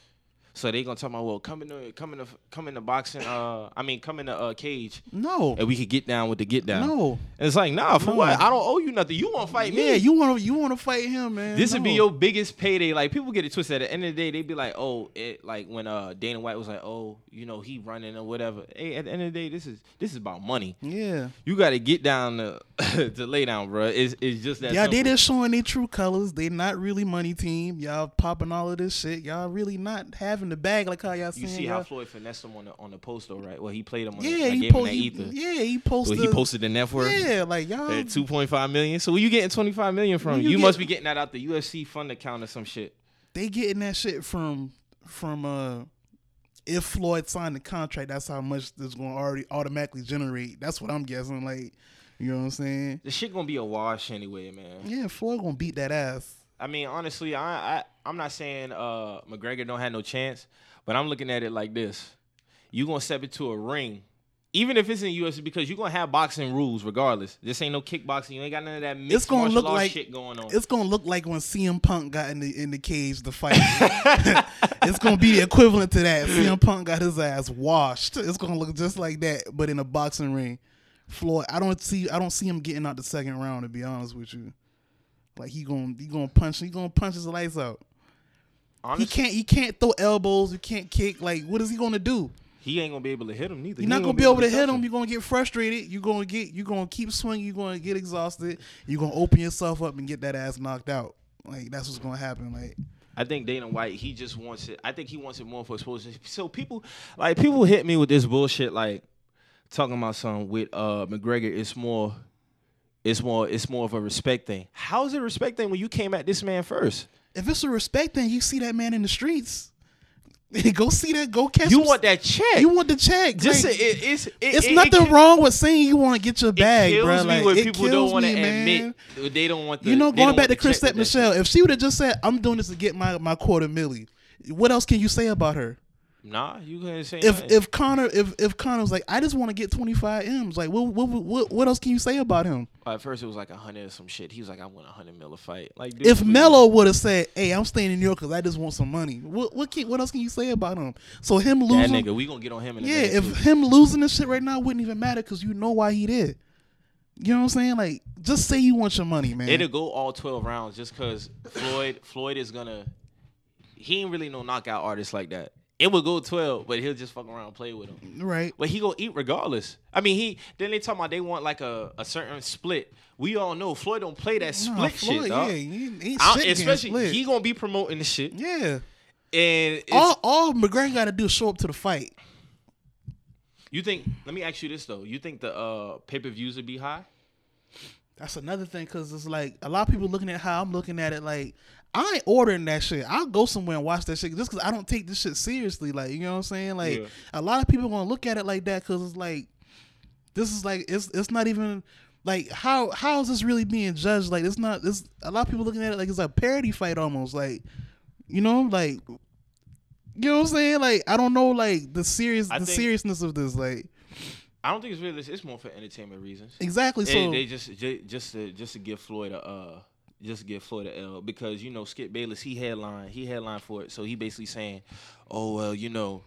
Speaker 1: So they gonna talk about well, come in the come in the come in the boxing. Uh, I mean, come in the uh, cage,
Speaker 2: No,
Speaker 1: and we could get down with the get down.
Speaker 2: No.
Speaker 1: and it's like, nah, for
Speaker 2: No.
Speaker 1: what? I don't owe you nothing. You won't fight
Speaker 2: yeah,
Speaker 1: me.
Speaker 2: you want to you want to fight him, man.
Speaker 1: This would be
Speaker 2: No.
Speaker 1: your biggest payday. Like people get it twisted. At the end of the day, they be like, "Oh, it like when uh Dana White was like, oh, you know, he running or whatever." Hey, at the end of the day, this is this is about money.
Speaker 2: yeah.
Speaker 1: You got to get down to, to lay down, bro. It's, it's just that.
Speaker 2: Y'all they
Speaker 1: simple.
Speaker 2: just showing their true colors. They not really money team. Y'all popping all of this shit. Y'all really not having the bag like how y'all.
Speaker 1: You
Speaker 2: saying
Speaker 1: see
Speaker 2: y'all.
Speaker 1: how Floyd finessed him on the on the post though, right? Well, he played him on. the,
Speaker 2: yeah,
Speaker 1: like,
Speaker 2: he
Speaker 1: gave him
Speaker 2: po-
Speaker 1: that
Speaker 2: he-
Speaker 1: ether.
Speaker 2: yeah, he posted.
Speaker 1: Well, he posted the net worth
Speaker 2: Yeah, like y'all.
Speaker 1: at uh, two point five million. So where you getting twenty five million from?
Speaker 2: Where you
Speaker 1: You, must
Speaker 2: get-
Speaker 1: be getting that out the UFC fund account or some shit.
Speaker 2: They getting that shit from from uh. If Floyd signed the contract, that's how much this going to already automatically generate. That's what I'm guessing. Like, you know what I'm saying?
Speaker 1: The shit gonna be a wash anyway, man.
Speaker 2: Yeah, Floyd gonna beat that ass.
Speaker 1: I mean, honestly, I, I I'm not saying uh, McGregor don't have no chance, but I'm looking at it like this: you gonna step into a ring, even if it's in UFC, because you are gonna have boxing rules regardless. This ain't no kickboxing. You ain't got none of that mixed
Speaker 2: it's gonna
Speaker 1: martial
Speaker 2: look
Speaker 1: arts
Speaker 2: like
Speaker 1: shit going on.
Speaker 2: It's gonna look like when CM Punk got in the in the cage to fight. it's gonna be the equivalent to that. CM Punk got his ass washed. It's gonna look just like that, but in a boxing ring. Floyd, I don't see I don't see him getting out the second round. To be honest with you, like he gonna he gonna punch he gonna punch his lights out.
Speaker 1: Honestly,
Speaker 2: He can't he can't throw elbows. He can't kick. Like what is he gonna do?
Speaker 1: he ain't gonna be able to hit him neither.
Speaker 2: You're
Speaker 1: He
Speaker 2: not
Speaker 1: ain't
Speaker 2: gonna be able to
Speaker 1: touch
Speaker 2: hit him. You're gonna get frustrated. You're gonna get. You're gonna keep swinging. You're gonna get exhausted. You're gonna open yourself up and get that ass knocked out. Like that's what's gonna happen. Like
Speaker 1: I think Dana White, he just wants it. I think he wants it more for exposure. So people, like people, hit me with this bullshit. Like, talking about something with uh McGregor, it's more it's more it's more of a respect thing. How is it a respect thing when you came at this man first?
Speaker 2: If it's a respect thing, you see that man in the streets. go see that. Go catch.
Speaker 1: You
Speaker 2: him.
Speaker 1: want that check.
Speaker 2: You want the check.
Speaker 1: just
Speaker 2: Like,
Speaker 1: it, it's it,
Speaker 2: it's
Speaker 1: it- it
Speaker 2: nothing
Speaker 1: ki-
Speaker 2: wrong with saying you want to get your
Speaker 1: It
Speaker 2: bag,
Speaker 1: kills
Speaker 2: bro.
Speaker 1: me
Speaker 2: like,
Speaker 1: when
Speaker 2: it
Speaker 1: people don't
Speaker 2: kills
Speaker 1: want to
Speaker 2: me, man.
Speaker 1: admit they don't want. The,
Speaker 2: you know,
Speaker 1: they don't
Speaker 2: going back
Speaker 1: want
Speaker 2: to
Speaker 1: the check with
Speaker 2: Chrisette
Speaker 1: that shit.
Speaker 2: Michelle, if she would have just said, "I'm doing this to get my my quarter milli," what else can you say about her?
Speaker 1: Nah, you can't say
Speaker 2: If
Speaker 1: nothing.
Speaker 2: if Connor if if Connor was like, "I just want to get 25 m's," like, what what what what else can you say about him?
Speaker 1: at first it was like a hundred or some shit. He was like, I want a hundred mil a fight. Like dude,
Speaker 2: If
Speaker 1: please.
Speaker 2: Mello would have said, "Hey, I'm staying in New York because I just want some money," what what can, what else can you say about him? So him
Speaker 1: that
Speaker 2: losing,
Speaker 1: nigga, we gonna get on him in a
Speaker 2: yeah,
Speaker 1: minute.
Speaker 2: if
Speaker 1: too.
Speaker 2: him losing this shit right now wouldn't even matter because you know why he did. You know what I'm saying? Like, just say you want your money, man.
Speaker 1: It'll go all twelve rounds just because Floyd Floyd is gonna. He ain't really no knockout artist like that. It would go twelve, but he'll just fuck around and play with him.
Speaker 2: right?
Speaker 1: But he gonna eat regardless. I mean, he then they talk about they want like a, a certain split. We all know Floyd don't play that split
Speaker 2: Nah,
Speaker 1: shit,
Speaker 2: Floyd,
Speaker 1: dog.
Speaker 2: Yeah, he ain't- he ain't
Speaker 1: I-
Speaker 2: shit against
Speaker 1: especially
Speaker 2: Floyd.
Speaker 1: he gonna be promoting the shit, and
Speaker 2: yeah. Oh.
Speaker 1: it's,
Speaker 2: All all McGregor got to do is show up to the fight.
Speaker 1: you think. Let me ask you this though: You think the uh, pay per views would be high?
Speaker 2: That's another thing because it's like a lot of people looking at how I'm looking at it. Like I ain't ordering that shit. I'll go somewhere and watch that shit just because I don't take this shit seriously. Like you know what I'm saying? Like
Speaker 1: Yeah.
Speaker 2: a lot of people gonna look at it like that because it's like this is like it's it's not even like how how is this really being judged? Like it's not. It's a lot of people looking at it like it's a parody fight almost. Like you know like. You know what I'm saying? Like I don't know, like the serious,
Speaker 1: I
Speaker 2: the
Speaker 1: think-
Speaker 2: seriousness of this. Like
Speaker 1: I don't think it's realistic. It's more for entertainment reasons.
Speaker 2: exactly. So
Speaker 1: They, they just ju- just to, just to give Floyd a uh, just to give Floyd a L because you know Skip Bayless he headline he headline for it so he basically saying, oh well you know,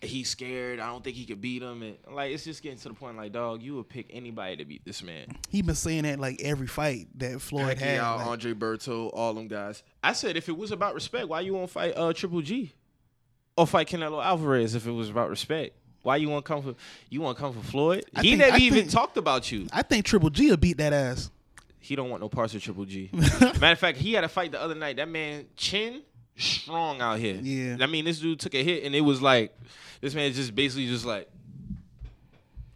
Speaker 1: he's scared I don't think he could beat him and like it's just getting to the point like dog you would pick anybody to beat this man.
Speaker 2: he been saying that like every fight that Floyd had.
Speaker 1: Pacquiao,
Speaker 2: like-
Speaker 1: Andre Berto, all them guys. I said if it was about respect why you won't fight uh Triple G, or fight Canelo Alvarez if it was about respect. Why you want to come for you want to come for Floyd?
Speaker 2: I
Speaker 1: he
Speaker 2: think-
Speaker 1: never
Speaker 2: I
Speaker 1: even
Speaker 2: think-
Speaker 1: talked about you.
Speaker 2: I think Triple G will beat that ass.
Speaker 1: He don't want no parts of Triple G. Matter of fact, he had a fight the other night. That man chin strong out here.
Speaker 2: Yeah.
Speaker 1: I mean, this dude took a hit, and it was like this man just basically just like,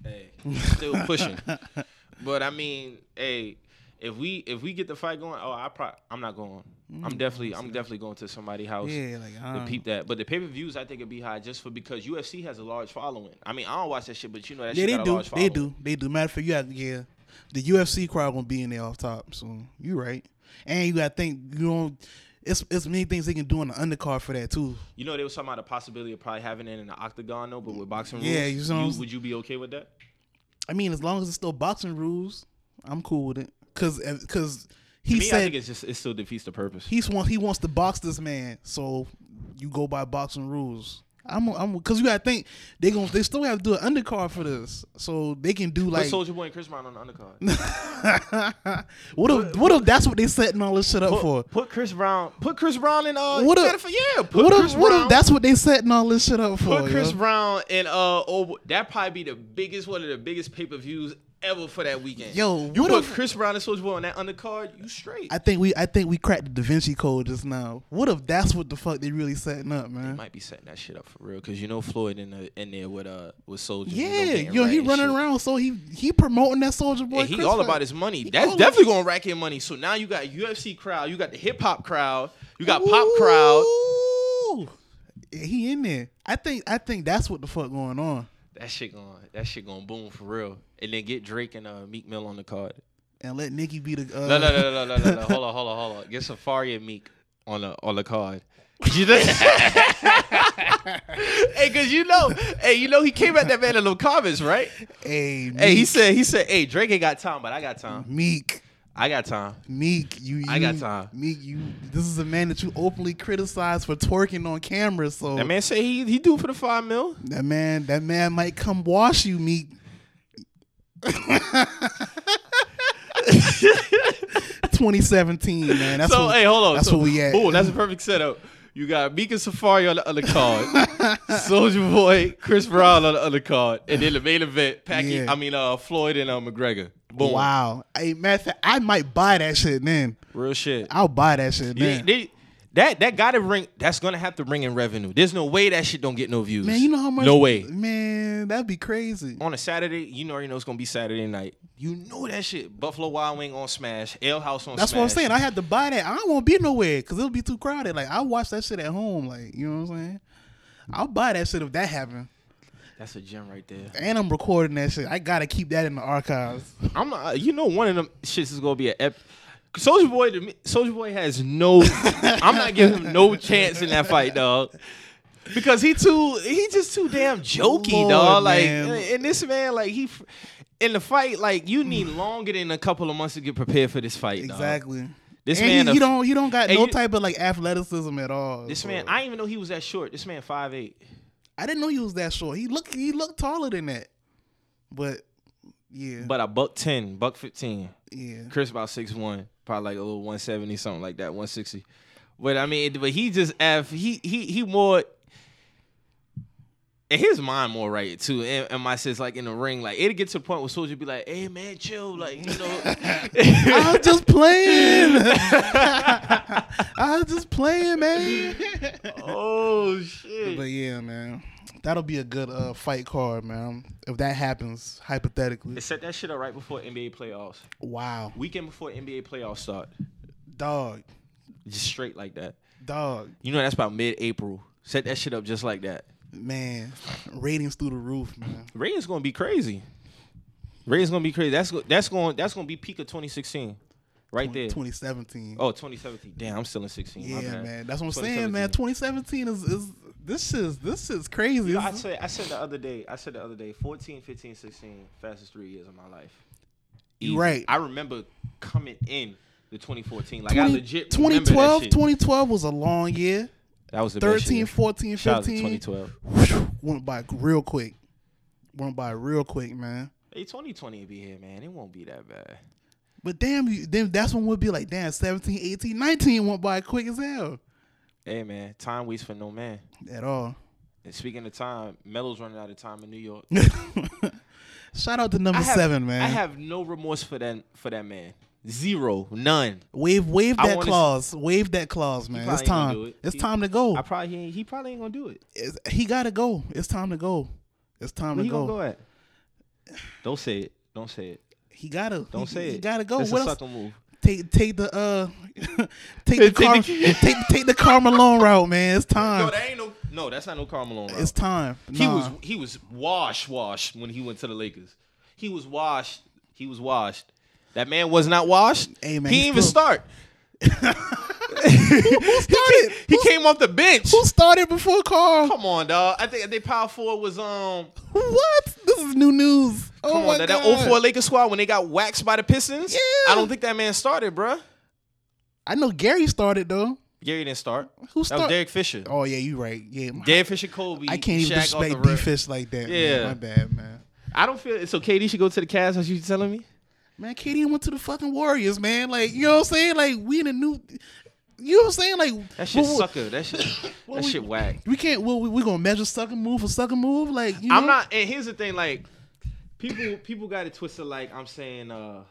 Speaker 1: hey, still pushing. but I mean, hey, if we if we get the fight going, oh, I pro- I'm not going. I'm definitely I'm definitely going to somebody's house.
Speaker 2: Mm, Yeah, um, like I
Speaker 1: To
Speaker 2: don't
Speaker 1: peep that, but the pay per views I think would be high just for because UFC has a large following. I mean, I don't watch that shit, but you know that
Speaker 2: yeah,
Speaker 1: shit
Speaker 2: they
Speaker 1: got a
Speaker 2: do.
Speaker 1: large
Speaker 2: They
Speaker 1: following.
Speaker 2: do. They do. Matter of fact, you got yeah, the UFC crowd gonna be in there off top. So you right, and you got to think you don't. It's it's many things they can do on the undercard for that too.
Speaker 1: You know they was talking about the possibility of probably having it in the octagon though, but with boxing rules.
Speaker 2: Yeah, you know what I'm s-
Speaker 1: would you be okay with that?
Speaker 2: I mean, as long as it's still boxing rules, I'm cool with it. Cause uh, cause he
Speaker 1: Me, I
Speaker 2: said
Speaker 1: think it's just it still defeats the purpose.
Speaker 2: he's want he wants to box this man. So you go by boxing rules. I'm I'm because you gotta think they gonna they still have to do an undercard for this, so they can do
Speaker 1: Put
Speaker 2: like
Speaker 1: Soldier Boy and Chris Brown on the undercard.
Speaker 2: what if what if that's what they setting all this shit up for?
Speaker 1: Put, put Chris Brown. Put Chris Brown in. Uh,
Speaker 2: What
Speaker 1: what
Speaker 2: if-
Speaker 1: if, yeah. Put
Speaker 2: What
Speaker 1: Chris
Speaker 2: if what
Speaker 1: Brown,
Speaker 2: if that's what they setting all this shit up for?
Speaker 1: Put Chris
Speaker 2: yo?
Speaker 1: Brown in. Uh, oh, that probably be the biggest one of the biggest pay per views ever for that weekend.
Speaker 2: Yo,
Speaker 1: you
Speaker 2: what
Speaker 1: put
Speaker 2: if-
Speaker 1: Chris Brown and Soldier Boy on that undercard, you straight.
Speaker 2: I think we I think we cracked the Da Vinci Code just now. What if that's what the fuck they really setting up, man?
Speaker 1: might be setting that shit up for real because you know Floyd in the, in there with uh with Soldier.
Speaker 2: Yeah, yo, he running around, so he he promoting that Soldier Boy.
Speaker 1: and he
Speaker 2: Chris
Speaker 1: all
Speaker 2: fight.
Speaker 1: about his money.
Speaker 2: He
Speaker 1: That's
Speaker 2: all-
Speaker 1: definitely gonna rack in money. So now you got UFC crowd, you got the hip hop crowd, you got pop crowd.
Speaker 2: Ooh. Yeah, he in there. I think I think that's what the fuck going on.
Speaker 1: That shit going that shit going boom for real. And then get Drake and uh, Meek Mill on the card.
Speaker 2: And let Nikki be the uh,
Speaker 1: No, no, no, no, no, no, no. Hold on, hold on, hold on. Get Safari and Meek on the on the card. You know- hey, cause you know, hey, you know he came at that man in the comments, right?
Speaker 2: Hey,
Speaker 1: Hey, he
Speaker 2: Meek,
Speaker 1: said, he said, hey, Drake ain't got time, but I got time.
Speaker 2: Meek.
Speaker 1: I got time.
Speaker 2: Meek, you, you
Speaker 1: I got time.
Speaker 2: Meek, you this is a man that you openly criticize for twerking on camera, so
Speaker 1: That man say he he do it for the five mil.
Speaker 2: that man, that man might come wash you, Meek. Twenty seventeen, man. That's
Speaker 1: so
Speaker 2: what,
Speaker 1: hey, hold on.
Speaker 2: That's
Speaker 1: so,
Speaker 2: what we at.
Speaker 1: Boom, that's a perfect setup. You got Meek and Safari on the other card, Soldier Boy, Chris Brown on the other card, and then the main event, Packy.
Speaker 2: Yeah.
Speaker 1: I mean, uh, Floyd and uh, McGregor. Boom,
Speaker 2: wow. Hey, matter of fact, I might buy that shit then.
Speaker 1: real shit.
Speaker 2: I'll buy that shit
Speaker 1: You-
Speaker 2: then.
Speaker 1: they- that that gotta bring. That's gonna have to bring in revenue. There's no way that shit don't get no views.
Speaker 2: Man, you know how much?
Speaker 1: No way.
Speaker 2: man. man. That'd be crazy.
Speaker 1: on a Saturday, you know, you know it's gonna be Saturday night. You know that shit. Buffalo Wild Wing on Smash, Ale House on
Speaker 2: That's
Speaker 1: Smash.
Speaker 2: what I'm saying. I had to buy that. I won't be nowhere because it'll be too crowded. Like I watch that shit at home. Like you know what I'm saying. I'll buy that shit if that happened.
Speaker 1: That's a gem right there.
Speaker 2: And I'm recording that shit. I gotta keep that in the archives.
Speaker 1: I'm, uh, you know, one of them shits is gonna be an ep. Soldier Boy to me, Soldier Boy has no. I'm not giving him no chance in that fight, dog. Because he too, he just too damn jokey,
Speaker 2: Lord,
Speaker 1: dog. Like,
Speaker 2: man.
Speaker 1: and this man, like he, f- in the fight, like you need longer than a couple of months to get prepared for this fight. dog.
Speaker 2: Exactly.
Speaker 1: This
Speaker 2: and
Speaker 1: man,
Speaker 2: he,
Speaker 1: a-
Speaker 2: he don't he don't got
Speaker 1: and
Speaker 2: no
Speaker 1: you-
Speaker 2: type of like athleticism at all.
Speaker 1: This
Speaker 2: so.
Speaker 1: man, I didn't even know he was that short. This man, five eight.
Speaker 2: I didn't know he was that short. He looked he looked taller than that. But yeah,
Speaker 1: But a buck ten, buck fifteen.
Speaker 2: yeah.
Speaker 1: Chris about six one, probably like a little one seventy something like that, one sixty. But I mean, it- but he just f he he he more. And his mind more right too, and, and my sis like in the ring, like it'll get to the point where Soldier be like, "Hey man, chill," like you know.
Speaker 2: I was just playing. I was just playing, man.
Speaker 1: oh shit!
Speaker 2: But yeah, man. That'll be a good uh, fight card, man. If that happens, hypothetically.
Speaker 1: They set that shit up right before NBA playoffs,
Speaker 2: Wow.
Speaker 1: weekend before NBA playoffs start,
Speaker 2: Dog.
Speaker 1: just straight like that.
Speaker 2: Dog.
Speaker 1: You know that's about mid-April. Set that shit up just like that.
Speaker 2: Man. Ratings through the roof, man.
Speaker 1: Raiden's gonna be crazy. Raiden's gonna be crazy. That's go- that's going that's gonna be peak of 2016, right there.
Speaker 2: 2017.
Speaker 1: Oh, 2017. Damn, I'm still in 16. my
Speaker 2: yeah,
Speaker 1: bad.
Speaker 2: man. That's what I'm saying, man. 2017 is, is this is this is crazy.
Speaker 1: I
Speaker 2: This is-
Speaker 1: said I said the other day. I said the other day. 14, 15, 16. Fastest three years of my life.
Speaker 2: You right.
Speaker 1: I remember coming in the 2014. Like I
Speaker 2: 20
Speaker 1: legit. 2012.
Speaker 2: 2012
Speaker 1: That, shit.
Speaker 2: 2012 was a long year.
Speaker 1: that was the
Speaker 2: 13,
Speaker 1: Best year.
Speaker 2: 14,
Speaker 1: Shout out to
Speaker 2: 15.
Speaker 1: 2012.
Speaker 2: Whew, went by real quick. Went by real quick, man.
Speaker 1: Hey, 2020 will be here, man. It won't be that bad.
Speaker 2: But damn, you, then that's when we'll be like, damn, 17, 18, 19 went by quick as hell.
Speaker 1: Hey, man. Time waits for no man.
Speaker 2: At all.
Speaker 1: And speaking of time, Melo's running out of time in New York.
Speaker 2: Shout out to number
Speaker 1: I have-
Speaker 2: seven, man.
Speaker 1: I have no remorse for that for that man. Zero, none.
Speaker 2: wave, wave
Speaker 1: I
Speaker 2: that
Speaker 1: wanna s-
Speaker 2: clause, wave that clause, man.
Speaker 1: probably
Speaker 2: It's
Speaker 1: ain't gonna
Speaker 2: time.
Speaker 1: do it.
Speaker 2: It's
Speaker 1: He-
Speaker 2: time to go.
Speaker 1: I probably he, he probably ain't gonna do it.
Speaker 2: It's- he gotta go. It's time to go. It's
Speaker 1: Where
Speaker 2: time to
Speaker 1: he
Speaker 2: go.
Speaker 1: gonna go at? Don't say it. Don't say it.
Speaker 2: He gotta.
Speaker 1: Don't
Speaker 2: he,
Speaker 1: say
Speaker 2: he
Speaker 1: it.
Speaker 2: gotta go.
Speaker 1: That's
Speaker 2: what
Speaker 1: a
Speaker 2: else?
Speaker 1: sucker move.
Speaker 2: Take take the uh, take the
Speaker 1: Take the-
Speaker 2: car, take take the car Malone route, man. It's time.
Speaker 1: that ain't no. No, that's not no Carmelo.
Speaker 2: It's time.
Speaker 1: He
Speaker 2: Nah.
Speaker 1: was he was wash washed when he went to the Lakers. He was washed. He was washed. That man was not washed.
Speaker 2: Hey, man,
Speaker 1: he
Speaker 2: he
Speaker 1: didn't even
Speaker 2: still-
Speaker 1: start.
Speaker 2: who started?
Speaker 1: He
Speaker 2: who,
Speaker 1: came off the bench.
Speaker 2: who started before Carl?
Speaker 1: Come on, dog. I think they power forward was um.
Speaker 2: What? This is new news. Oh
Speaker 1: Come
Speaker 2: my
Speaker 1: on, that,
Speaker 2: God.
Speaker 1: that 04 Lakers squad when they got waxed by the Pistons.
Speaker 2: Yeah.
Speaker 1: I don't think that man started, bruh.
Speaker 2: I know Gary started though.
Speaker 1: Gary didn't start.
Speaker 2: Who
Speaker 1: That was
Speaker 2: started?
Speaker 1: Derek Fisher.
Speaker 2: Oh yeah, you right. Yeah, my-
Speaker 1: Derek Fisher, Kobe.
Speaker 2: I can't even
Speaker 1: Shaq off the
Speaker 2: respect
Speaker 1: rip.
Speaker 2: defense like that.
Speaker 1: Yeah.
Speaker 2: man. my bad, man.
Speaker 1: I don't feel so. KD should go to the Cavs. As you telling me,
Speaker 2: Man, KD went to the fucking Warriors, man. Like you know what I'm saying? Like we in a new. You know what I'm saying? Like
Speaker 1: that shit
Speaker 2: well,
Speaker 1: sucker. That shit.
Speaker 2: well,
Speaker 1: that
Speaker 2: we-
Speaker 1: shit whack.
Speaker 2: We can't. Well, we, we gonna measure sucker move for sucker move. Like you
Speaker 1: I'm
Speaker 2: know?
Speaker 1: not. And here's the thing, like people people got it twisted. Like I'm saying, uh,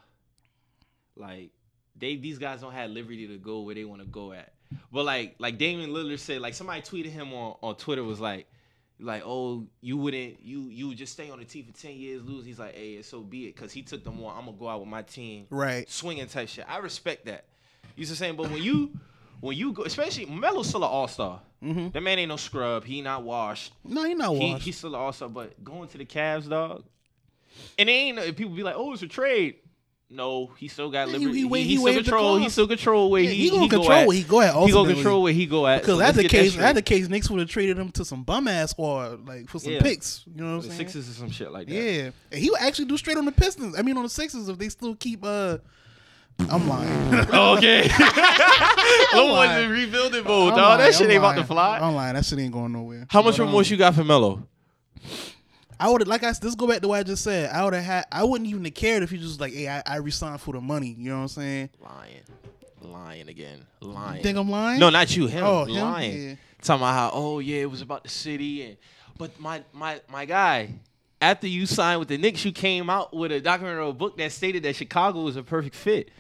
Speaker 1: like they these guys don't have liberty to go where they want to go at. But like like Damian Lillard said, like somebody tweeted him on on Twitter was like. Like oh you wouldn't you you would just stay on the team for ten years lose he's like hey so be it because he took them one I'm gonna go out with my team
Speaker 2: right.
Speaker 1: swinging type shit I respect that you see what I'm saying but when you when you go especially Melo's still an all star that man ain't no scrub he not washed
Speaker 2: No, you're not
Speaker 1: he,
Speaker 2: washed.
Speaker 1: he's still also, but going to the Cavs, dog. And they ain't if people be like, "Oh, it's a trade." No, he still got
Speaker 2: Yeah, he-
Speaker 1: liberty.
Speaker 2: he
Speaker 1: He,
Speaker 2: wa-
Speaker 1: he,
Speaker 2: he
Speaker 1: still
Speaker 2: waived the
Speaker 1: control. He
Speaker 2: clause.
Speaker 1: still control where
Speaker 2: Yeah,
Speaker 1: he,
Speaker 2: he gonna
Speaker 1: he go
Speaker 2: control
Speaker 1: at.
Speaker 2: where he go at
Speaker 1: He gonna
Speaker 2: ultimately.
Speaker 1: control where he go at.
Speaker 2: Because
Speaker 1: So
Speaker 2: that's the
Speaker 1: let's get
Speaker 2: case.
Speaker 1: that
Speaker 2: That's the
Speaker 1: straight.
Speaker 2: case. Knicks would have traded him to some bum ass squad, like for some
Speaker 1: Yeah.
Speaker 2: picks. You know what I'm
Speaker 1: The
Speaker 2: saying?
Speaker 1: Sixers or some shit like that.
Speaker 2: Yeah, and he would actually do straight on the Pistons. I mean, on the Sixers if they still keep. uh I'm lying.
Speaker 1: Okay. I was
Speaker 2: lying.
Speaker 1: in rebuilding mode, dog.
Speaker 2: I'm lying,
Speaker 1: That shit
Speaker 2: I'm
Speaker 1: ain't about to
Speaker 2: lying.
Speaker 1: fly.
Speaker 2: I'm lying. That shit ain't going nowhere.
Speaker 1: How much
Speaker 2: But, um,
Speaker 1: remorse you got for Melo?
Speaker 2: I would like I s- this go back to what I just said. I would have had. I wouldn't even have cared if he just like, hey, I, I resigned for the money. You know what I'm saying?
Speaker 1: Lying, lying again, lying.
Speaker 2: Think I'm lying?
Speaker 1: No, not you. Him
Speaker 2: Oh, him?
Speaker 1: lying.
Speaker 2: Yeah.
Speaker 1: Talking about how oh yeah, it was about the city and but my my my guy. After you signed with the Knicks, you came out with a documentary or a book that stated that Chicago was a perfect fit.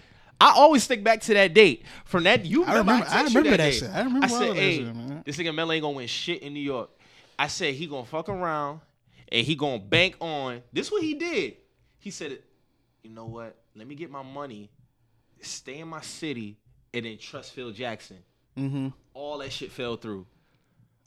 Speaker 1: I always think back to that date. From that, you
Speaker 2: I
Speaker 1: remember? I,
Speaker 2: remember- I
Speaker 1: text you
Speaker 2: remember
Speaker 1: day.
Speaker 2: that shit. I remember
Speaker 1: I said,
Speaker 2: all of that
Speaker 1: hey,
Speaker 2: shit, man."
Speaker 1: this nigga Melo ain't gonna win shit in New York. I said he gonna fuck around and he gonna bank on this. What he did, he said, "You know what? Let me get my money, stay in my city, and then trust Phil Jackson."
Speaker 2: Mm-hmm.
Speaker 1: All that shit fell through.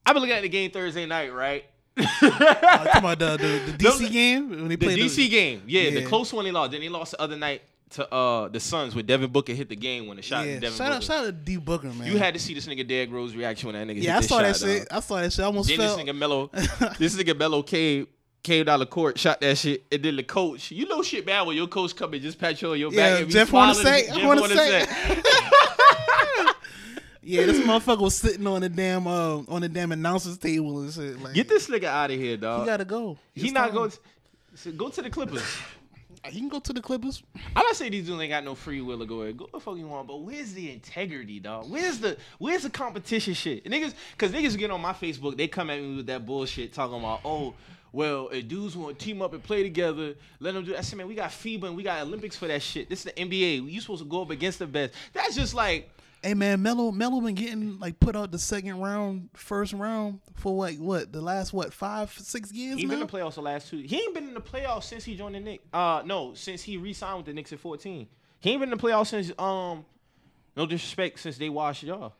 Speaker 1: I've been looking at the game Thursday night, right?
Speaker 2: Uh, talking about the, the, the DC
Speaker 1: Them-
Speaker 2: game when they
Speaker 1: The
Speaker 2: played
Speaker 1: DC game, yeah, the
Speaker 2: Yeah.
Speaker 1: close one they lost. Then they lost the other night to uh the Suns with Devin Booker hit the game when the shot.
Speaker 2: yeah,
Speaker 1: to Devin
Speaker 2: shout out,
Speaker 1: Booker.
Speaker 2: shout out to D Booker, man.
Speaker 1: You had to see this nigga Derrick Rose reaction when that nigga.
Speaker 2: yeah, I
Speaker 1: hit this
Speaker 2: saw that
Speaker 1: shot, dog.
Speaker 2: shit. I saw that shit. I almost
Speaker 1: Then
Speaker 2: fell.
Speaker 1: this nigga Mello, this nigga Mello came came down the court, shot that shit, and then the coach. You know shit bad when your coach come and just pat you on your
Speaker 2: Yeah,
Speaker 1: back. and be
Speaker 2: Jeff wanna
Speaker 1: smiling.
Speaker 2: say- I
Speaker 1: Jeff
Speaker 2: wanna
Speaker 1: wanna
Speaker 2: say. yeah, this motherfucker was sitting on the damn uh, on the damn announcers table and shit. Like,
Speaker 1: Get this nigga out of here,
Speaker 2: he
Speaker 1: dog.
Speaker 2: gotta go.
Speaker 1: He,
Speaker 2: It's
Speaker 1: not
Speaker 2: time.
Speaker 1: going. To, so go to the Clippers.
Speaker 2: He can go to the Clippers.
Speaker 1: I'm not saying these dudes ain't got no free will to go ahead. Go the fuck you want, but where's the integrity, dog? Where's the where's the competition shit? Niggas, cause niggas get on my Facebook, they come at me with that bullshit talking about, oh, well, if dudes want to team up and play together, let them do that. I said, man, we got FIBA and we got Olympics for that shit. This is the NBA. You supposed to go up against the best. That's just like
Speaker 2: Hey man, Melo Melo been getting like put out the second round, first round for like what the last what five six years
Speaker 1: he been in
Speaker 2: now.
Speaker 1: the playoffs the last two. He ain't been in the playoffs since he joined the Knicks. Uh, no, since he re-signed with the Knicks at 14. He ain't been in the playoffs since um, no disrespect, since they washed y'all,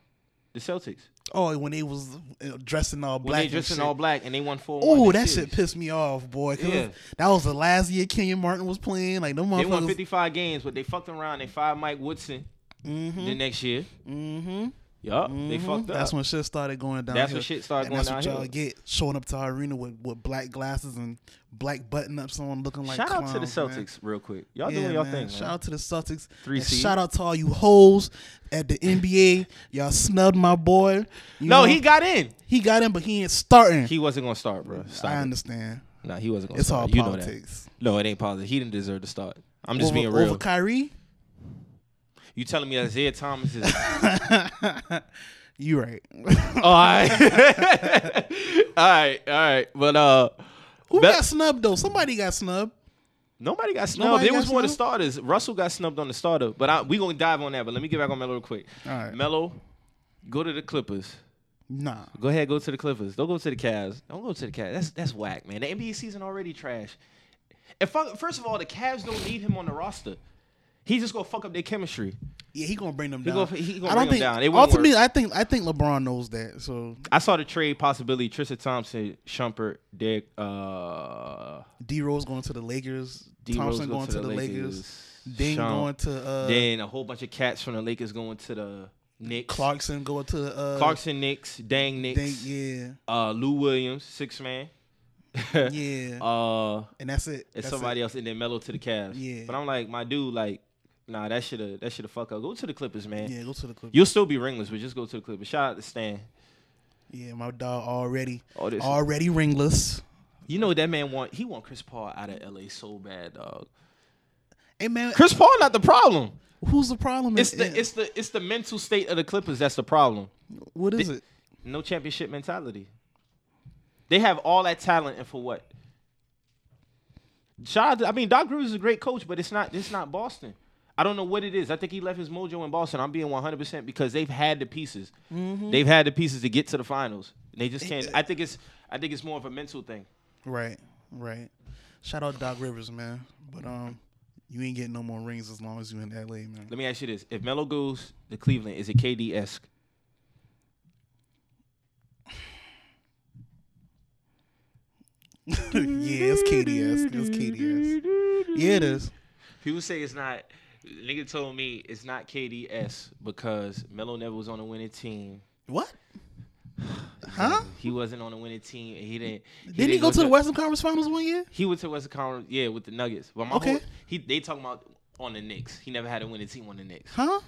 Speaker 1: the Celtics.
Speaker 2: oh, when they was uh, dressing all
Speaker 1: when
Speaker 2: black.
Speaker 1: they dressed
Speaker 2: and
Speaker 1: in
Speaker 2: shit.
Speaker 1: all black and they won four.
Speaker 2: Oh, that shit pissed me off, boy. 'cause
Speaker 1: Yeah.
Speaker 2: That was the last year Kenyon Martin was playing. Like them
Speaker 1: They won
Speaker 2: motherfuckers.
Speaker 1: fifty five games, but they fucked around. They fired Mike Woodson
Speaker 2: mm-hmm.
Speaker 1: the next year.
Speaker 2: mm-hmm.
Speaker 1: Yup, they fucked up.
Speaker 2: That's when shit started going down.
Speaker 1: That's when shit started
Speaker 2: and
Speaker 1: going
Speaker 2: That's what y'all
Speaker 1: downhill.
Speaker 2: get showing up to our arena with, with black glasses and black button ups on, looking like
Speaker 1: Shout out to the
Speaker 2: clowns, man.
Speaker 1: Celtics, real quick. Y'all
Speaker 2: Yeah,
Speaker 1: doing y'all
Speaker 2: man.
Speaker 1: thing.
Speaker 2: Shout
Speaker 1: man.
Speaker 2: out to the Celtics.
Speaker 1: Three
Speaker 2: And
Speaker 1: seed.
Speaker 2: Shout out to all you hoes at the NBA. Y'all snubbed my boy. You
Speaker 1: no,
Speaker 2: know,
Speaker 1: he got in.
Speaker 2: he got in, but he ain't starting.
Speaker 1: He wasn't gonna start, bro. Stop.
Speaker 2: I
Speaker 1: it.
Speaker 2: understand.
Speaker 1: Nah, he wasn't gonna
Speaker 2: It's all
Speaker 1: start. you know that.
Speaker 2: politics.
Speaker 1: No, it ain't positive. He didn't deserve to start. I'm just
Speaker 2: over,
Speaker 1: being real.
Speaker 2: Over Kyrie,
Speaker 1: you telling me Isaiah Thomas is
Speaker 2: you right.
Speaker 1: all right, all right, all right. But uh,
Speaker 2: Who
Speaker 1: That-
Speaker 2: got snubbed though? Somebody got snubbed.
Speaker 1: Nobody got snubbed.
Speaker 2: Nobody
Speaker 1: it
Speaker 2: got
Speaker 1: was one of the
Speaker 2: snubbed?
Speaker 1: starters. Russell got snubbed on the starter, but I, we gonna dive on that. But let me get back on Melo real quick.
Speaker 2: All right.
Speaker 1: Melo, go to the Clippers.
Speaker 2: Nah.
Speaker 1: Go ahead, go to the Clippers. Don't go to the Cavs. Don't go to the Cavs. That's that's whack, man. The NBA season already trash. And fuck, first of all, the Cavs don't need him on the roster. He just gonna fuck up their chemistry.
Speaker 2: Yeah, he gonna bring them down.
Speaker 1: gonna- he gonna
Speaker 2: I
Speaker 1: bring them
Speaker 2: don't think,
Speaker 1: down. It won't
Speaker 2: ultimately, I think I think LeBron knows that. So
Speaker 1: I saw the trade possibility: Tristan Thompson, Shumpert, Dick, uh,
Speaker 2: D Rose going to the Lakers.
Speaker 1: D Rose
Speaker 2: Thompson going to, the Lakers. Ding
Speaker 1: Shump.
Speaker 2: going to uh,
Speaker 1: then a whole bunch of cats from the Lakers going to the Knicks.
Speaker 2: Clarkson going to uh,
Speaker 1: Clarkson Knicks, Dang Knicks,
Speaker 2: Ding, yeah.
Speaker 1: uh, Lou Williams, six man.
Speaker 2: Yeah.
Speaker 1: Uh, and
Speaker 2: and that's it. That's
Speaker 1: somebody
Speaker 2: it.
Speaker 1: else, and then Melo to the Cavs.
Speaker 2: Yeah.
Speaker 1: But I'm like, my dude, like, nah, that should have that should have fuck up. Go to the Clippers, man.
Speaker 2: Yeah, go to the Clippers.
Speaker 1: You'll still be ringless, but just go to the Clippers. Shout out to Stan.
Speaker 2: yeah, my dog already
Speaker 1: All Oh, this,
Speaker 2: already ringless.
Speaker 1: you know what that man want? He want Chris Paul out of LA so bad, dog.
Speaker 2: Hey man,
Speaker 1: Chris Paul not the problem.
Speaker 2: who's the problem?
Speaker 1: It's the
Speaker 2: Yeah,
Speaker 1: it's the it's the mental state of the Clippers that's the problem.
Speaker 2: what is it?
Speaker 1: No championship mentality. They have all that talent, and for what? Shout out to- I mean, Doc Rivers is a great coach, but it's not. It's not Boston. I don't know what it is. I think he left his mojo in Boston. I'm being 100 percent because they've had the pieces. They've had the pieces to get to the finals. Mm-hmm. They just can't. I think it's. I think it's more of a mental thing.
Speaker 2: Right, right. Shout out Doc Rivers, man. But um, you ain't getting no more rings as long as you in LA, man.
Speaker 1: Let me ask you this: If Melo goes to Cleveland, is it KD esque?
Speaker 2: yeah, it's KDS. It's KDS. Yeah, it is.
Speaker 1: People say it's not. Nigga told me it's not KDS because Melo never was on a winning team.
Speaker 2: What? Huh?
Speaker 1: He wasn't on a winning team, and he didn't.
Speaker 2: Didn't he go to the Western Conference Finals one year?
Speaker 1: He went to Western Conference, yeah, with the Nuggets. But my
Speaker 2: Okay.
Speaker 1: whole, he they talking about on the Knicks. He never had a winning team on the Knicks.
Speaker 2: Huh?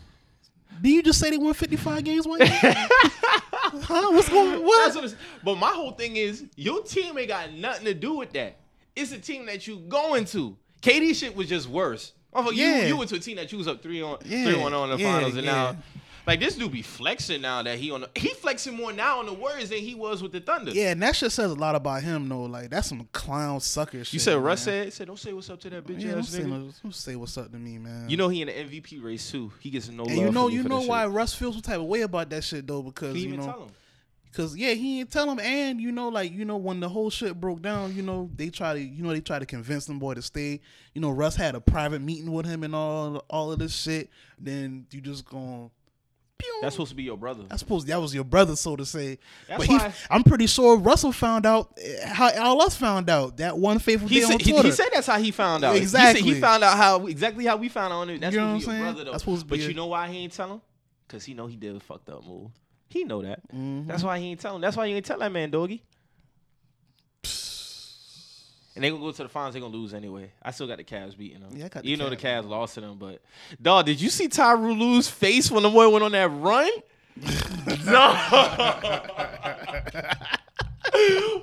Speaker 2: Did you just say they won 55 games one year? huh? What's going
Speaker 1: That's
Speaker 2: What?
Speaker 1: what it's- but my whole thing is your team ain't got nothing to do with that. It's a team that you going to. KD shit was just worse. Motherfucker,
Speaker 2: Yeah.
Speaker 1: you, you went to a team that you was up three on
Speaker 2: Yeah,
Speaker 1: three one on the
Speaker 2: yeah,
Speaker 1: finals and
Speaker 2: yeah.
Speaker 1: now like this dude be flexing now that he on the, he flexing more now on the Warriors than he was with the Thunder.
Speaker 2: Yeah, and that shit says a lot about him, though. Like, that's some clown sucker shit.
Speaker 1: You said Russ
Speaker 2: man.
Speaker 1: said, said don't say what's up to that bitch
Speaker 2: Yeah, don't
Speaker 1: ass
Speaker 2: say,
Speaker 1: nigga.
Speaker 2: no- don't say what's up to me, man.
Speaker 1: You know he in the MVP race too. He gets no
Speaker 2: and
Speaker 1: love.
Speaker 2: you know,
Speaker 1: from me
Speaker 2: you
Speaker 1: for
Speaker 2: know
Speaker 1: that
Speaker 2: why
Speaker 1: Shit.
Speaker 2: Russ feels some type of way about that shit, though, because
Speaker 1: He
Speaker 2: you
Speaker 1: even
Speaker 2: know,
Speaker 1: tell him.
Speaker 2: Cause yeah, he didn't tell him, and you know, like you know, when the whole shit broke down, you know, they try to, you know, they try to convince them boy to stay. You know, Russ had a private meeting with him and all, all of this shit. Then you just going,
Speaker 1: That's supposed to be your brother.
Speaker 2: I suppose that was your brother, so to say.
Speaker 1: That's
Speaker 2: but he,
Speaker 1: why-
Speaker 2: I'm pretty sure Russell found out eh, how all us found out that one faithful
Speaker 1: He
Speaker 2: day on
Speaker 1: said, he,
Speaker 2: Twitter.
Speaker 1: he said that's how he found out. He said He,
Speaker 2: Exactly.
Speaker 1: found out how exactly how we found out. on it. That's
Speaker 2: You know
Speaker 1: supposed to be
Speaker 2: what I'm
Speaker 1: your
Speaker 2: saying?
Speaker 1: brother though.
Speaker 2: That's supposed to
Speaker 1: but
Speaker 2: be
Speaker 1: you
Speaker 2: it.
Speaker 1: know why he ain't tell him? Cause he know he did a fucked up move. He know that.
Speaker 2: Mm-hmm.
Speaker 1: That's why he ain't tell him. That's why you ain't tell that man, doggy. And they gonna go to the finals. They gonna lose anyway. I still got the Cavs beating them.
Speaker 2: Yeah, I got the
Speaker 1: you know the
Speaker 2: Cavs.
Speaker 1: Cavs lost to them, but dog, did you see Tyru Lue's face when the boy went on that run? no.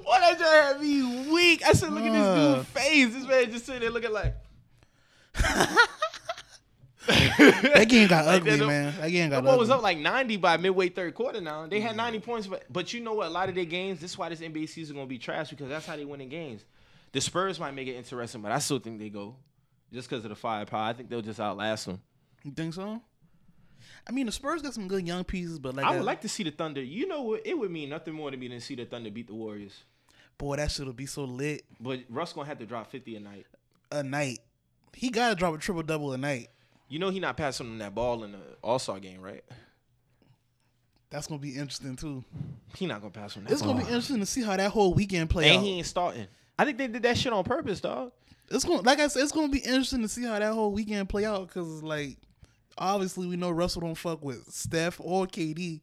Speaker 1: what that just had me weak. I said, look at this
Speaker 2: Uh.
Speaker 1: dude's face. This man just sitting there looking like.
Speaker 2: that game got
Speaker 1: Like,
Speaker 2: ugly,
Speaker 1: that-
Speaker 2: man. That game got
Speaker 1: What was
Speaker 2: ugly. Mm.
Speaker 1: up like 90 by midway third quarter now. They had 90 points, but but you know what? A lot of their games, this is why this NBA season gonna be trash because that's how they winning games. The Spurs might make it interesting, but I still think they go. Just because of the firepower. I think they'll just outlast them.
Speaker 2: You think so? I mean, the Spurs got some good young pieces, but like,
Speaker 1: I
Speaker 2: that-
Speaker 1: would like to see the Thunder. You know what? It would mean nothing more to me than see the Thunder beat the Warriors.
Speaker 2: boy, that shit'll be so lit
Speaker 1: But Russ gonna have to drop 50 a night.
Speaker 2: a night. He gotta drop a triple double a night.
Speaker 1: You know he not passing them that ball in the All Star game, right?
Speaker 2: That's gonna be interesting too.
Speaker 1: He not gonna pass them that
Speaker 2: It's
Speaker 1: ball.
Speaker 2: gonna be interesting to see how that whole weekend play
Speaker 1: and
Speaker 2: out.
Speaker 1: he ain't starting. I think they did that shit on purpose, dog.
Speaker 2: It's going to like I said, it's gonna be interesting to see how that whole weekend play out because like obviously we know Russell don't fuck with Steph or KD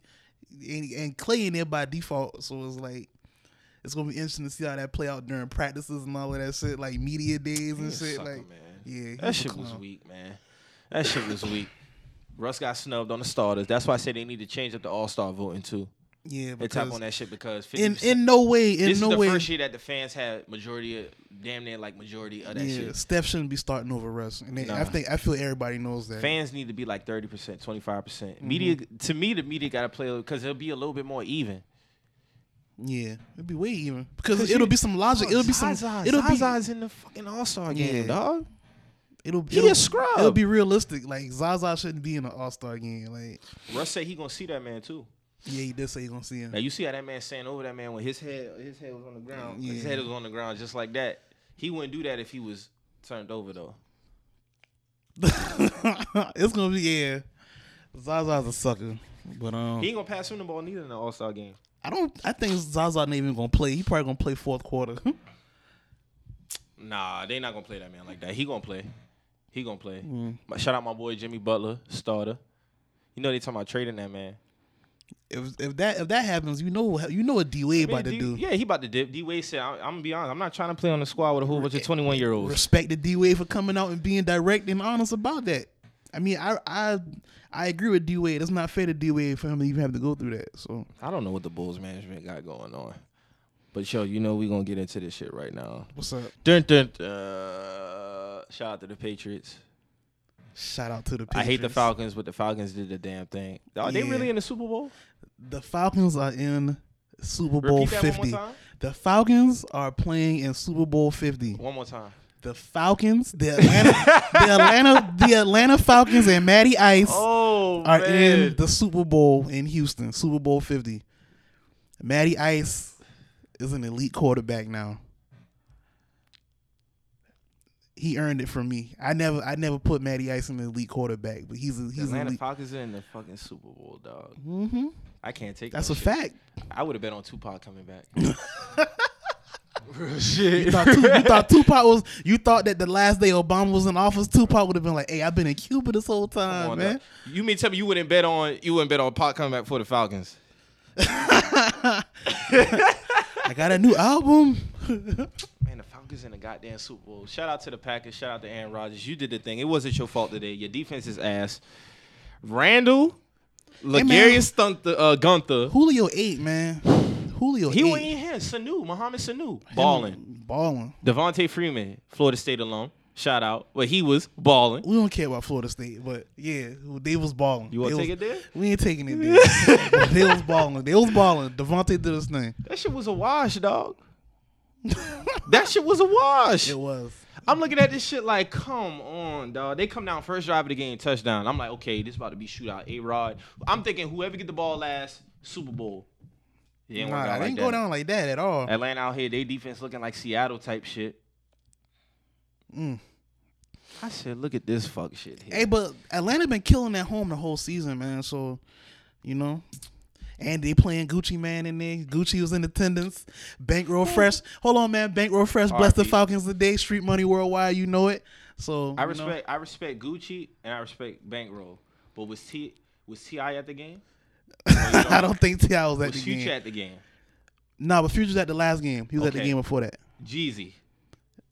Speaker 2: and, and Clay in there by default. So it's like it's gonna be interesting to see how that play out during practices and all of that shit, like media days
Speaker 1: He
Speaker 2: and
Speaker 1: a
Speaker 2: shit.
Speaker 1: sucker,
Speaker 2: like
Speaker 1: man.
Speaker 2: yeah,
Speaker 1: that
Speaker 2: he's a
Speaker 1: shit was
Speaker 2: clown.
Speaker 1: weak, man. That shit was weak. Russ got snubbed on the starters. That's why I said they need to change up the All Star voting too.
Speaker 2: Yeah,
Speaker 1: They tap
Speaker 2: because
Speaker 1: on that shit because 50
Speaker 2: in in no way, in
Speaker 1: this
Speaker 2: no
Speaker 1: is the
Speaker 2: way,
Speaker 1: first year that the fans had majority, of, damn near like majority of that
Speaker 2: yeah,
Speaker 1: shit.
Speaker 2: Steph shouldn't be starting over Russ. And they,
Speaker 1: Nah.
Speaker 2: I think I feel everybody knows that.
Speaker 1: Fans need to be like thirty percent, twenty five percent.
Speaker 2: Mm-hmm.
Speaker 1: Media, to me, the media got to play because it'll be a little bit more even.
Speaker 2: yeah, it'd be way even because it'll be some logic. It'll be some.
Speaker 1: Oh, Zaza,
Speaker 2: it'll be
Speaker 1: Zaza's in the fucking All Star
Speaker 2: Yeah.
Speaker 1: game, dog.
Speaker 2: It'll
Speaker 1: He
Speaker 2: it'll,
Speaker 1: a scrub.
Speaker 2: It'll be realistic. Like Zaza shouldn't be in an All Star game. Like
Speaker 1: Russ said he gonna see that man too.
Speaker 2: yeah, he did say you gonna see him.
Speaker 1: Now you see how that man standing over that man when his head his head was on the ground. His
Speaker 2: Yeah.
Speaker 1: head was on the ground just like that. He wouldn't do that if he was turned over though.
Speaker 2: it's gonna be yeah. Zaza's a sucker, but um,
Speaker 1: He ain't gonna pass him the ball neither in the All Star game.
Speaker 2: I don't. I think Zaza not even gonna play. He probably gonna play fourth quarter.
Speaker 1: Nah, they not gonna play that man like that. He gonna play. He gonna play.
Speaker 2: Mm.
Speaker 1: My- Shout out my boy Jimmy Butler, starter. You know they talking about trading that man.
Speaker 2: if if that if that happens, you know you know what D Wade
Speaker 1: Man,
Speaker 2: about to
Speaker 1: D-
Speaker 2: do.
Speaker 1: Yeah, he about to dip. D Wade said, I, "I'm gonna be honest. I'm not trying to play on the squad with a whole bunch of 21 year olds."
Speaker 2: Respect the D Wade for coming out and being direct and honest about that. I mean, I I I agree with D Wade. It's not fair to D Wade for him to even have to go through that. So
Speaker 1: I don't know what the Bulls management got going on, but yo, you know we gonna get into this shit right now.
Speaker 2: what's up?
Speaker 1: Dun dun. Uh, shout out to the Patriots.
Speaker 2: Shout out to the.
Speaker 1: I hate the
Speaker 2: Patriots.
Speaker 1: Falcons, but the Falcons did the damn thing. Are they
Speaker 2: Yeah.
Speaker 1: really in the Super Bowl?
Speaker 2: The Falcons are in Super Bowl
Speaker 1: Repeat that one more
Speaker 2: 50.
Speaker 1: time.
Speaker 2: The Falcons are playing in Super Bowl 50.
Speaker 1: One more time.
Speaker 2: The Falcons, the Atlanta, the Atlanta, the Atlanta Falcons and Matty Ice
Speaker 1: Oh
Speaker 2: are
Speaker 1: man.
Speaker 2: in the Super Bowl in Houston, Super Bowl 50. Matty Ice is an elite quarterback now. He earned it from me. I never I never put Matty Ice in the elite quarterback, but he's a,
Speaker 1: The
Speaker 2: he's an
Speaker 1: Atlanta
Speaker 2: elite.
Speaker 1: Falcons are in the fucking Super Bowl, dog.
Speaker 2: hmm
Speaker 1: I can't take
Speaker 2: That's
Speaker 1: that
Speaker 2: a
Speaker 1: shit.
Speaker 2: fact.
Speaker 1: I would have bet on Tupac coming back. Real shit.
Speaker 2: thought Tu- you thought Tupac was. You thought that the last day Obama was in office, Tupac would have been like, "Hey, I've been in Cuba this whole time,
Speaker 1: Come on,
Speaker 2: man."
Speaker 1: dog. You mean tell me you wouldn't bet on you wouldn't bet on Pac coming back for the Falcons?
Speaker 2: I got a new album.
Speaker 1: Man, the Falcons in the goddamn Super Bowl. Shout out to the Packers. Shout out to Aaron Rodgers. You did the thing. It wasn't your fault today. Your defense is ass. Randall, Legarius Gunther, uh, Gunther.
Speaker 2: Julio eight, man. Julio
Speaker 1: He went
Speaker 2: eight,
Speaker 1: in here. Sanu, Mohamed Sanu, balling.
Speaker 2: balling.
Speaker 1: Devontae Freeman, Florida State alum. Shout out. But he was balling.
Speaker 2: We don't care about Florida State, but yeah, they was balling.
Speaker 1: You wanna
Speaker 2: They
Speaker 1: take
Speaker 2: was-
Speaker 1: it there?
Speaker 2: We ain't taking it there. But they was balling. They was balling. Devontae did his thing.
Speaker 1: That shit was a wash, dog. that shit was a wash.
Speaker 2: It was.
Speaker 1: I'm looking at this shit like, come on, dog. They come down first drive of the game, touchdown. I'm like, okay, this about to be shootout. A Rod. I'm thinking whoever get the ball last, Super Bowl. It didn't
Speaker 2: nah,
Speaker 1: work
Speaker 2: it
Speaker 1: out like
Speaker 2: didn't
Speaker 1: that.
Speaker 2: go down like that at all.
Speaker 1: Atlanta out here, they defense looking like Seattle type shit.
Speaker 2: Mm.
Speaker 1: I said, look at this fuck shit here.
Speaker 2: Hey, but Atlanta been killing at home the whole season, man. So, you know, and they playing Gucci Man in there. Gucci was in attendance. Bankroll Fresh, hold on, man. Bankroll Fresh, bless the
Speaker 1: R.I.P.
Speaker 2: Falcons today. Street Money Worldwide, you know it. So
Speaker 1: I
Speaker 2: you know.
Speaker 1: respect I respect Gucci and I respect Bankroll. But was T was Ti at the game?
Speaker 2: I don't think Ti was at
Speaker 1: Was
Speaker 2: the
Speaker 1: Future
Speaker 2: game.
Speaker 1: at the game?
Speaker 2: No, but Future's at the last game. He was at the
Speaker 1: Okay.
Speaker 2: game before that.
Speaker 1: Jeezy.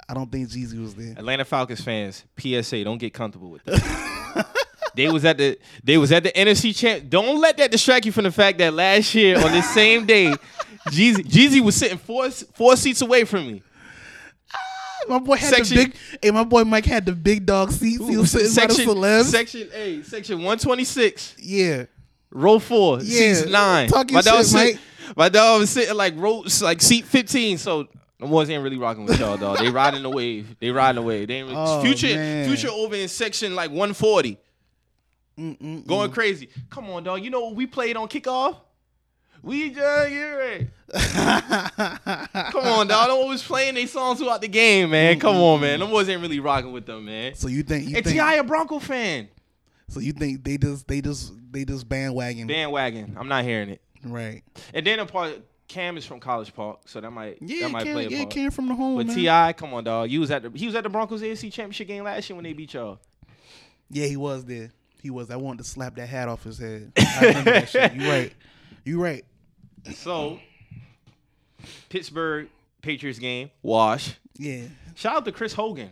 Speaker 2: I don't think Jeezy was there.
Speaker 1: Atlanta Falcons fans, PSA, don't get comfortable with that. they was at the they was at the NFC champ. Don't let that distract you from the fact that last year on this same day, Jeezy Jeezy was sitting four four seats away from me.
Speaker 2: My boy had
Speaker 1: Section-
Speaker 2: the big. Hey, my boy Mike had the big dog seats. He was sitting by the celebs.
Speaker 1: section A, section one twenty six,
Speaker 2: yeah.
Speaker 1: row four,
Speaker 2: Yeah,
Speaker 1: seats nine.
Speaker 2: talk your
Speaker 1: my dog
Speaker 2: shit,
Speaker 1: was sit-
Speaker 2: Mike.
Speaker 1: my dog was sitting like row like seat fifteen. So the boys ain't really rocking with y'all, dog. They riding the wave. They riding the wave. They ain't really-
Speaker 2: Oh,
Speaker 1: future
Speaker 2: man.
Speaker 1: future over in section like one forty.
Speaker 2: Mm-mm.
Speaker 1: going crazy. Come on, dog. You know what we played on kickoff? We just get ready. Come on, dog. Them was playing they songs throughout the game, man. Come on, man. Them boys ain't really rocking with them, man.
Speaker 2: Mm, so you think you
Speaker 1: And
Speaker 2: think
Speaker 1: Ti a Bronco fan.
Speaker 2: so you think they just they just they just bandwagon
Speaker 1: Bandwagon. I'm not hearing it.
Speaker 2: right?
Speaker 1: And then a part Cam is from College Park, so that might
Speaker 2: Yeah,
Speaker 1: that might
Speaker 2: it
Speaker 1: play
Speaker 2: came,
Speaker 1: a
Speaker 2: yeah, it
Speaker 1: part.
Speaker 2: came from the home.
Speaker 1: but
Speaker 2: man.
Speaker 1: Ti, come on, dog. He was at the he was at the Broncos AFC Championship game last year when they beat y'all.
Speaker 2: Yeah, he was there. He was. I wanted to slap that hat off his head. I remember that shit. You right. You right.
Speaker 1: So Pittsburgh Patriots game wash.
Speaker 2: Yeah.
Speaker 1: Shout out to Chris Hogan.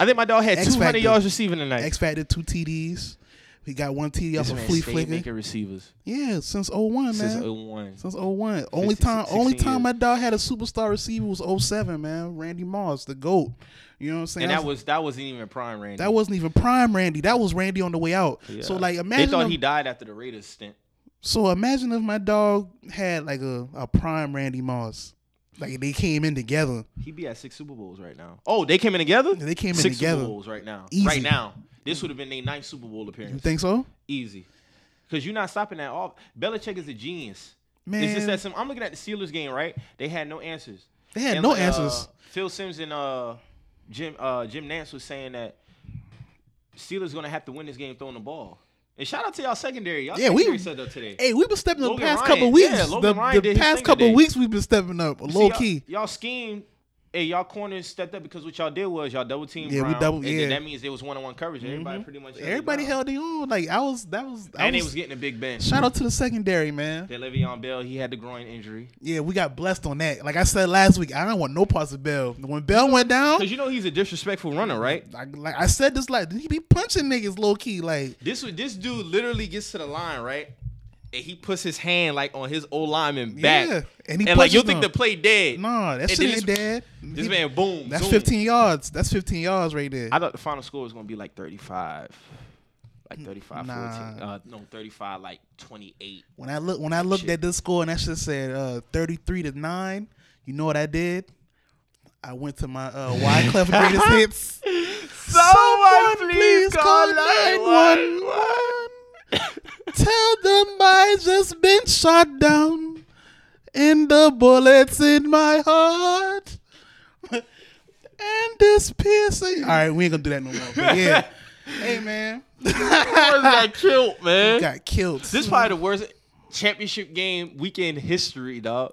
Speaker 1: I think my dog had
Speaker 2: X
Speaker 1: 200
Speaker 2: Factor.
Speaker 1: yards receiving tonight.
Speaker 2: X Factor two TDs. He got one TD off
Speaker 1: This
Speaker 2: a
Speaker 1: man
Speaker 2: flea
Speaker 1: stayed
Speaker 2: flicker.
Speaker 1: making receivers
Speaker 2: Yeah, since 01,
Speaker 1: since
Speaker 2: man.
Speaker 1: 01.
Speaker 2: Since 01. Only
Speaker 1: 15,
Speaker 2: time only
Speaker 1: 16
Speaker 2: time
Speaker 1: years.
Speaker 2: my dog had a superstar receiver was 07, man. Randy Moss, the GOAT. You know what I'm saying?
Speaker 1: And
Speaker 2: That's-
Speaker 1: that was that wasn't even prime Randy.
Speaker 2: that wasn't even prime Randy. That was Randy on the way out.
Speaker 1: Yeah.
Speaker 2: So like
Speaker 1: they
Speaker 2: imagine
Speaker 1: thought
Speaker 2: if-
Speaker 1: he died after the Raiders stint.
Speaker 2: so imagine if my dog had like a, a prime Randy Moss. Like they came in together.
Speaker 1: He'd be at six Super Bowls right now. Oh, they came in together.
Speaker 2: They came in
Speaker 1: six
Speaker 2: together.
Speaker 1: Super Bowls right now.
Speaker 2: Easy.
Speaker 1: Right now, this would have been their ninth Super Bowl
Speaker 2: You
Speaker 1: appearance.
Speaker 2: think so?
Speaker 1: Easy, because you're not stopping that off. Belichick is a genius. It's
Speaker 2: Man.
Speaker 1: just that some. I'm looking at the Steelers game right. They had no answers.
Speaker 2: They had
Speaker 1: And,
Speaker 2: no
Speaker 1: uh,
Speaker 2: answers.
Speaker 1: Phil Sims and uh, Jim uh, Jim Nance was saying that Steelers gonna have to win this game throwing the ball. And shout out to y'all secondary. Y'all
Speaker 2: Yeah, we-
Speaker 1: secondary set up today.
Speaker 2: Hey, we've been stepping up the
Speaker 1: Logan
Speaker 2: past
Speaker 1: Ryan-
Speaker 2: couple of weeks.
Speaker 1: yeah, Logan Ryan
Speaker 2: the
Speaker 1: did his
Speaker 2: the past
Speaker 1: thing
Speaker 2: couple
Speaker 1: today.
Speaker 2: of weeks we've been stepping up
Speaker 1: See, uh,
Speaker 2: low
Speaker 1: y'all-
Speaker 2: key.
Speaker 1: Y'all scheme. Hey, y'all corners stepped up because what y'all did was y'all double teamed.
Speaker 2: Yeah, we
Speaker 1: Brown,
Speaker 2: double-
Speaker 1: and then
Speaker 2: yeah. Mm-hmm.
Speaker 1: that means it was one on one coverage. Everybody pretty much. held
Speaker 2: Everybody
Speaker 1: Brown.
Speaker 2: held their own. Like I was, that was. I
Speaker 1: uh, And they
Speaker 2: was,
Speaker 1: was getting a big bench.
Speaker 2: shout out to the secondary, man.
Speaker 1: Then Le'Veon Bell, he had the groin injury.
Speaker 2: Yeah, we got blessed on that. Like I said last week, I don't want no parts of Bell. When Bell went down,
Speaker 1: Cause you know he's a disrespectful runner, right?
Speaker 2: like, like I said this, like he be punching niggas low key. Like
Speaker 1: This was- this dude literally gets to the line, right? And he puts his hand like on his old lineman back.
Speaker 2: Yeah,
Speaker 1: and,
Speaker 2: and he
Speaker 1: like you
Speaker 2: punches
Speaker 1: think the
Speaker 2: them.
Speaker 1: play dead.
Speaker 2: nah, that
Speaker 1: And
Speaker 2: shit
Speaker 1: then
Speaker 2: ain't
Speaker 1: this-
Speaker 2: dead.
Speaker 1: This
Speaker 2: He-
Speaker 1: man boom.
Speaker 2: That's
Speaker 1: zoom.
Speaker 2: 15 yards. That's 15 yards right there.
Speaker 1: I thought the final score was gonna be like 35. Like 35,
Speaker 2: Nah.
Speaker 1: 14. Uh, no, 35, like 28.
Speaker 2: when I look, when I looked
Speaker 1: Shit.
Speaker 2: at this score and that shit said uh, 33 to nine. You know what I did? I went to my uh, Wyclef greatest hits. Someone please call 911. Tell them I just been shot down and the bullets in my heart and this piercing. All right, we ain't gonna do that no more. But yeah, hey man,
Speaker 1: was that killed, man?
Speaker 2: got killed.
Speaker 1: This is probably the worst championship game weekend history, dog.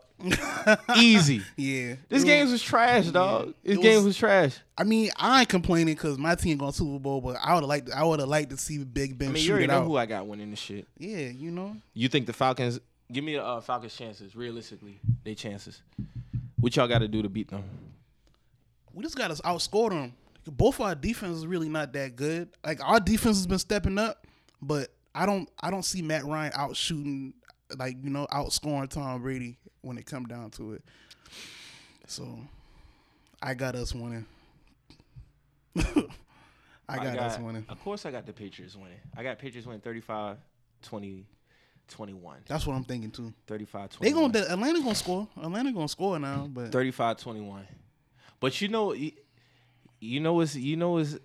Speaker 1: Easy.
Speaker 2: yeah,
Speaker 1: This
Speaker 2: It
Speaker 1: game was trash, dog. This
Speaker 2: It
Speaker 1: game
Speaker 2: was-
Speaker 1: was trash.
Speaker 2: I mean, I ain't complaining because my team going to Super Bowl, but I would have liked. I would have liked to see Big Ben
Speaker 1: I mean, you
Speaker 2: shoot
Speaker 1: already
Speaker 2: it
Speaker 1: know
Speaker 2: out.
Speaker 1: who I got winning this shit.
Speaker 2: yeah, you know.
Speaker 1: You think the Falcons? Give me the uh, Falcons' chances. Realistically, they chances. What y'all got to do to beat them?
Speaker 2: we just got to outscore them. Both our defense is really not that good. Like our defense has been stepping up, but I don't I don't see Matt Ryan out shooting like you know outscoring Tom Brady when it come down to it. So I got us winning. I got, us winning.
Speaker 1: Of course, I got the Patriots winning. I got Patriots winning 35, 20, 21.
Speaker 2: That's what I'm thinking too.
Speaker 1: 35,
Speaker 2: They
Speaker 1: 21.
Speaker 2: gonna the Atlanta gonna score. Atlanta gonna score now, but
Speaker 1: 35, 21. But you know, you know, it's you know, it's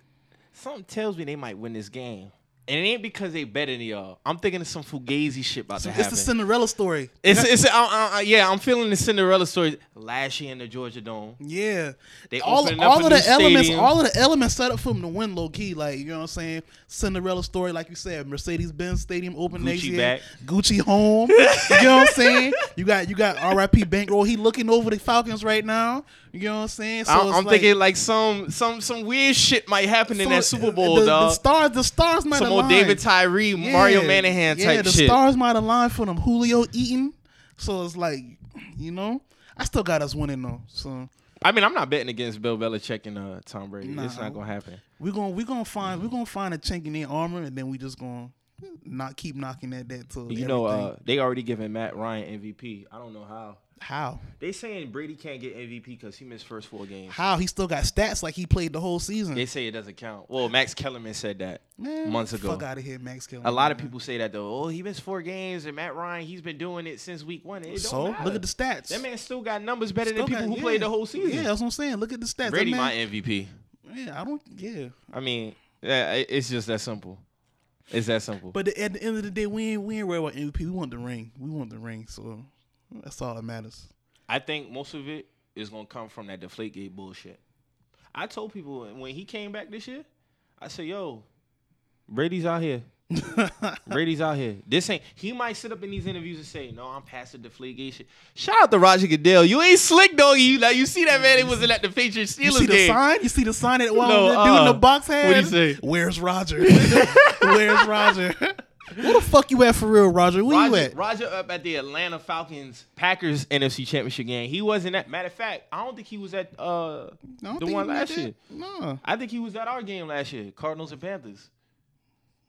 Speaker 1: something tells me they might win this game. And it ain't because they better than y'all. I'm thinking of some fugazi shit about
Speaker 2: So
Speaker 1: to
Speaker 2: it's
Speaker 1: happen.
Speaker 2: the Cinderella story.
Speaker 1: it's it's I, I, I- yeah. I'm feeling the Cinderella story. Last year in the Georgia Dome,
Speaker 2: Yeah,
Speaker 1: They
Speaker 2: all
Speaker 1: opening up
Speaker 2: all
Speaker 1: a
Speaker 2: of the
Speaker 1: new
Speaker 2: elements,
Speaker 1: stadium.
Speaker 2: all of the elements set up for them to win low key. Like you know what I'm saying, Cinderella story, like you said, Mercedes Benz Stadium open
Speaker 1: Gucci
Speaker 2: next year,
Speaker 1: back.
Speaker 2: Gucci home. you know what I'm saying? You got you got R.I.P. Bankroll. He looking over the Falcons right now. You know what I'm saying? So
Speaker 1: I,
Speaker 2: it's
Speaker 1: am
Speaker 2: like-
Speaker 1: thinking like some some some weird shit might happen in
Speaker 2: so uh,
Speaker 1: that Super Bowl,
Speaker 2: the,
Speaker 1: dog.
Speaker 2: The stars, the stars might
Speaker 1: some
Speaker 2: align.
Speaker 1: old David Tyree,
Speaker 2: Yeah,
Speaker 1: Mario Manahan
Speaker 2: yeah,
Speaker 1: type
Speaker 2: the
Speaker 1: shit.
Speaker 2: stars might align for them. Julio Eaton. So it's like, you know, I still got us winning though. So.
Speaker 1: I mean, I'm not betting against Bill Belichick and uh, Tom Brady. It's
Speaker 2: Nah.
Speaker 1: not gonna happen.
Speaker 2: We're gonna we gonna find we're
Speaker 1: Mm-hmm.
Speaker 2: gonna find a chink in their armor and then we just gonna not keep knocking at that till
Speaker 1: You know,
Speaker 2: everything-
Speaker 1: uh, they already giving Matt Ryan MVP. I don't know how.
Speaker 2: how
Speaker 1: They saying Brady can't get MVP because he missed first four games.
Speaker 2: how he still got stats like he played the whole season.
Speaker 1: They say it doesn't count. Well, Max Kellerman said that
Speaker 2: Man,
Speaker 1: months ago.
Speaker 2: Fuck out of here, Max
Speaker 1: A
Speaker 2: Kellerman.
Speaker 1: lot of
Speaker 2: man.
Speaker 1: people say that though. Oh, he missed four games, and Matt Ryan, he's been doing it since week one. It don't
Speaker 2: So
Speaker 1: matter.
Speaker 2: look at the stats.
Speaker 1: That man still got numbers better than
Speaker 2: Still
Speaker 1: people
Speaker 2: got-
Speaker 1: who
Speaker 2: yeah.
Speaker 1: played the whole season.
Speaker 2: Yeah, that's what I'm saying. Look at the stats.
Speaker 1: Brady,
Speaker 2: that
Speaker 1: my
Speaker 2: man,
Speaker 1: MVP.
Speaker 2: yeah, I don't. Yeah,
Speaker 1: I mean, yeah, it- it's just that simple. It's that simple.
Speaker 2: but the, at the end of the day, we ain't we ain't worried about MVP. We want the ring. We want the ring. So that's all that matters.
Speaker 1: I think most of it is gonna come from that Deflategate bullshit. I told people when he came back this year, I said, "Yo, Brady's out here. Brady's out here. This ain't. He might sit up in these interviews and say, "No, I'm past the Deflategate shit." Shout out to Roger Goodell. You ain't slick, doggy. You like you see that man? It wasn't at the Patriots
Speaker 2: You see
Speaker 1: Steelers
Speaker 2: the
Speaker 1: game.
Speaker 2: sign? You see the sign that well,
Speaker 1: No,
Speaker 2: the dude in
Speaker 1: uh,
Speaker 2: the box had?
Speaker 1: what'd he say?
Speaker 2: Where's Roger? Where's Roger? Where the fuck you at for real, Roger? Where
Speaker 1: Roger,
Speaker 2: you at?
Speaker 1: Roger up at the Atlanta Falcons Packers NFC Championship game. He wasn't at. Matter of fact, I don't think he was at uh,
Speaker 2: I don't
Speaker 1: the
Speaker 2: think
Speaker 1: one
Speaker 2: you met
Speaker 1: last
Speaker 2: that.
Speaker 1: year.
Speaker 2: No.
Speaker 1: I think he was at our game last year, Cardinals and Panthers.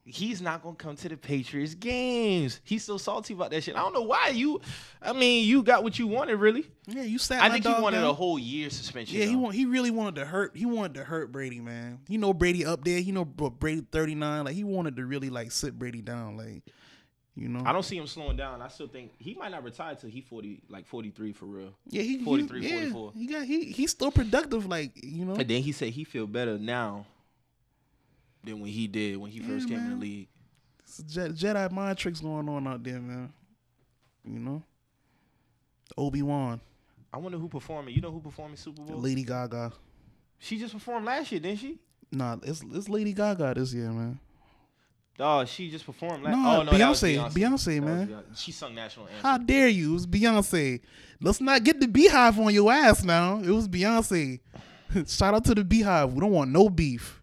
Speaker 1: He's not gonna come to the Patriots games. He's so salty about that shit. I don't know why you. I mean, you got what you wanted, really.
Speaker 2: Yeah, you sat.
Speaker 1: I
Speaker 2: my
Speaker 1: think
Speaker 2: dog
Speaker 1: he wanted
Speaker 2: down.
Speaker 1: a whole year suspension.
Speaker 2: Yeah, he
Speaker 1: though.
Speaker 2: want, he really wanted to hurt. He wanted to hurt Brady, man. You know Brady up there. You know bro, Brady thirty nine. Like he wanted to really like sit Brady down. Like you know.
Speaker 1: I don't see him slowing down. I still think he might not retire till he forty, like forty three for real.
Speaker 2: yeah, he he-
Speaker 1: 43,
Speaker 2: yeah,
Speaker 1: 44.
Speaker 2: He got he he's still productive. Like you know.
Speaker 1: And then he said he feel better now than when he did when he first came in
Speaker 2: man.
Speaker 1: the league.
Speaker 2: Some Je- Jedi mind tricks going on out there, man. You know, Obi Wan,
Speaker 1: I wonder who performing. You know who performing Super Bowl?
Speaker 2: Lady Gaga.
Speaker 1: She just performed last year, didn't she?
Speaker 2: Nah, it's it's Lady Gaga this year, man.
Speaker 1: Dawg, she just performed last.
Speaker 2: No,
Speaker 1: oh, no, that was
Speaker 2: Beyonce.
Speaker 1: Beyonce,
Speaker 2: Beyonce,
Speaker 1: That was
Speaker 2: man.
Speaker 1: Beyonce. She sung national anthem.
Speaker 2: How dare you? It was Beyonce. Let's not get the beehive on your ass now. It was Beyonce. Shout out to the beehive. We don't want no beef.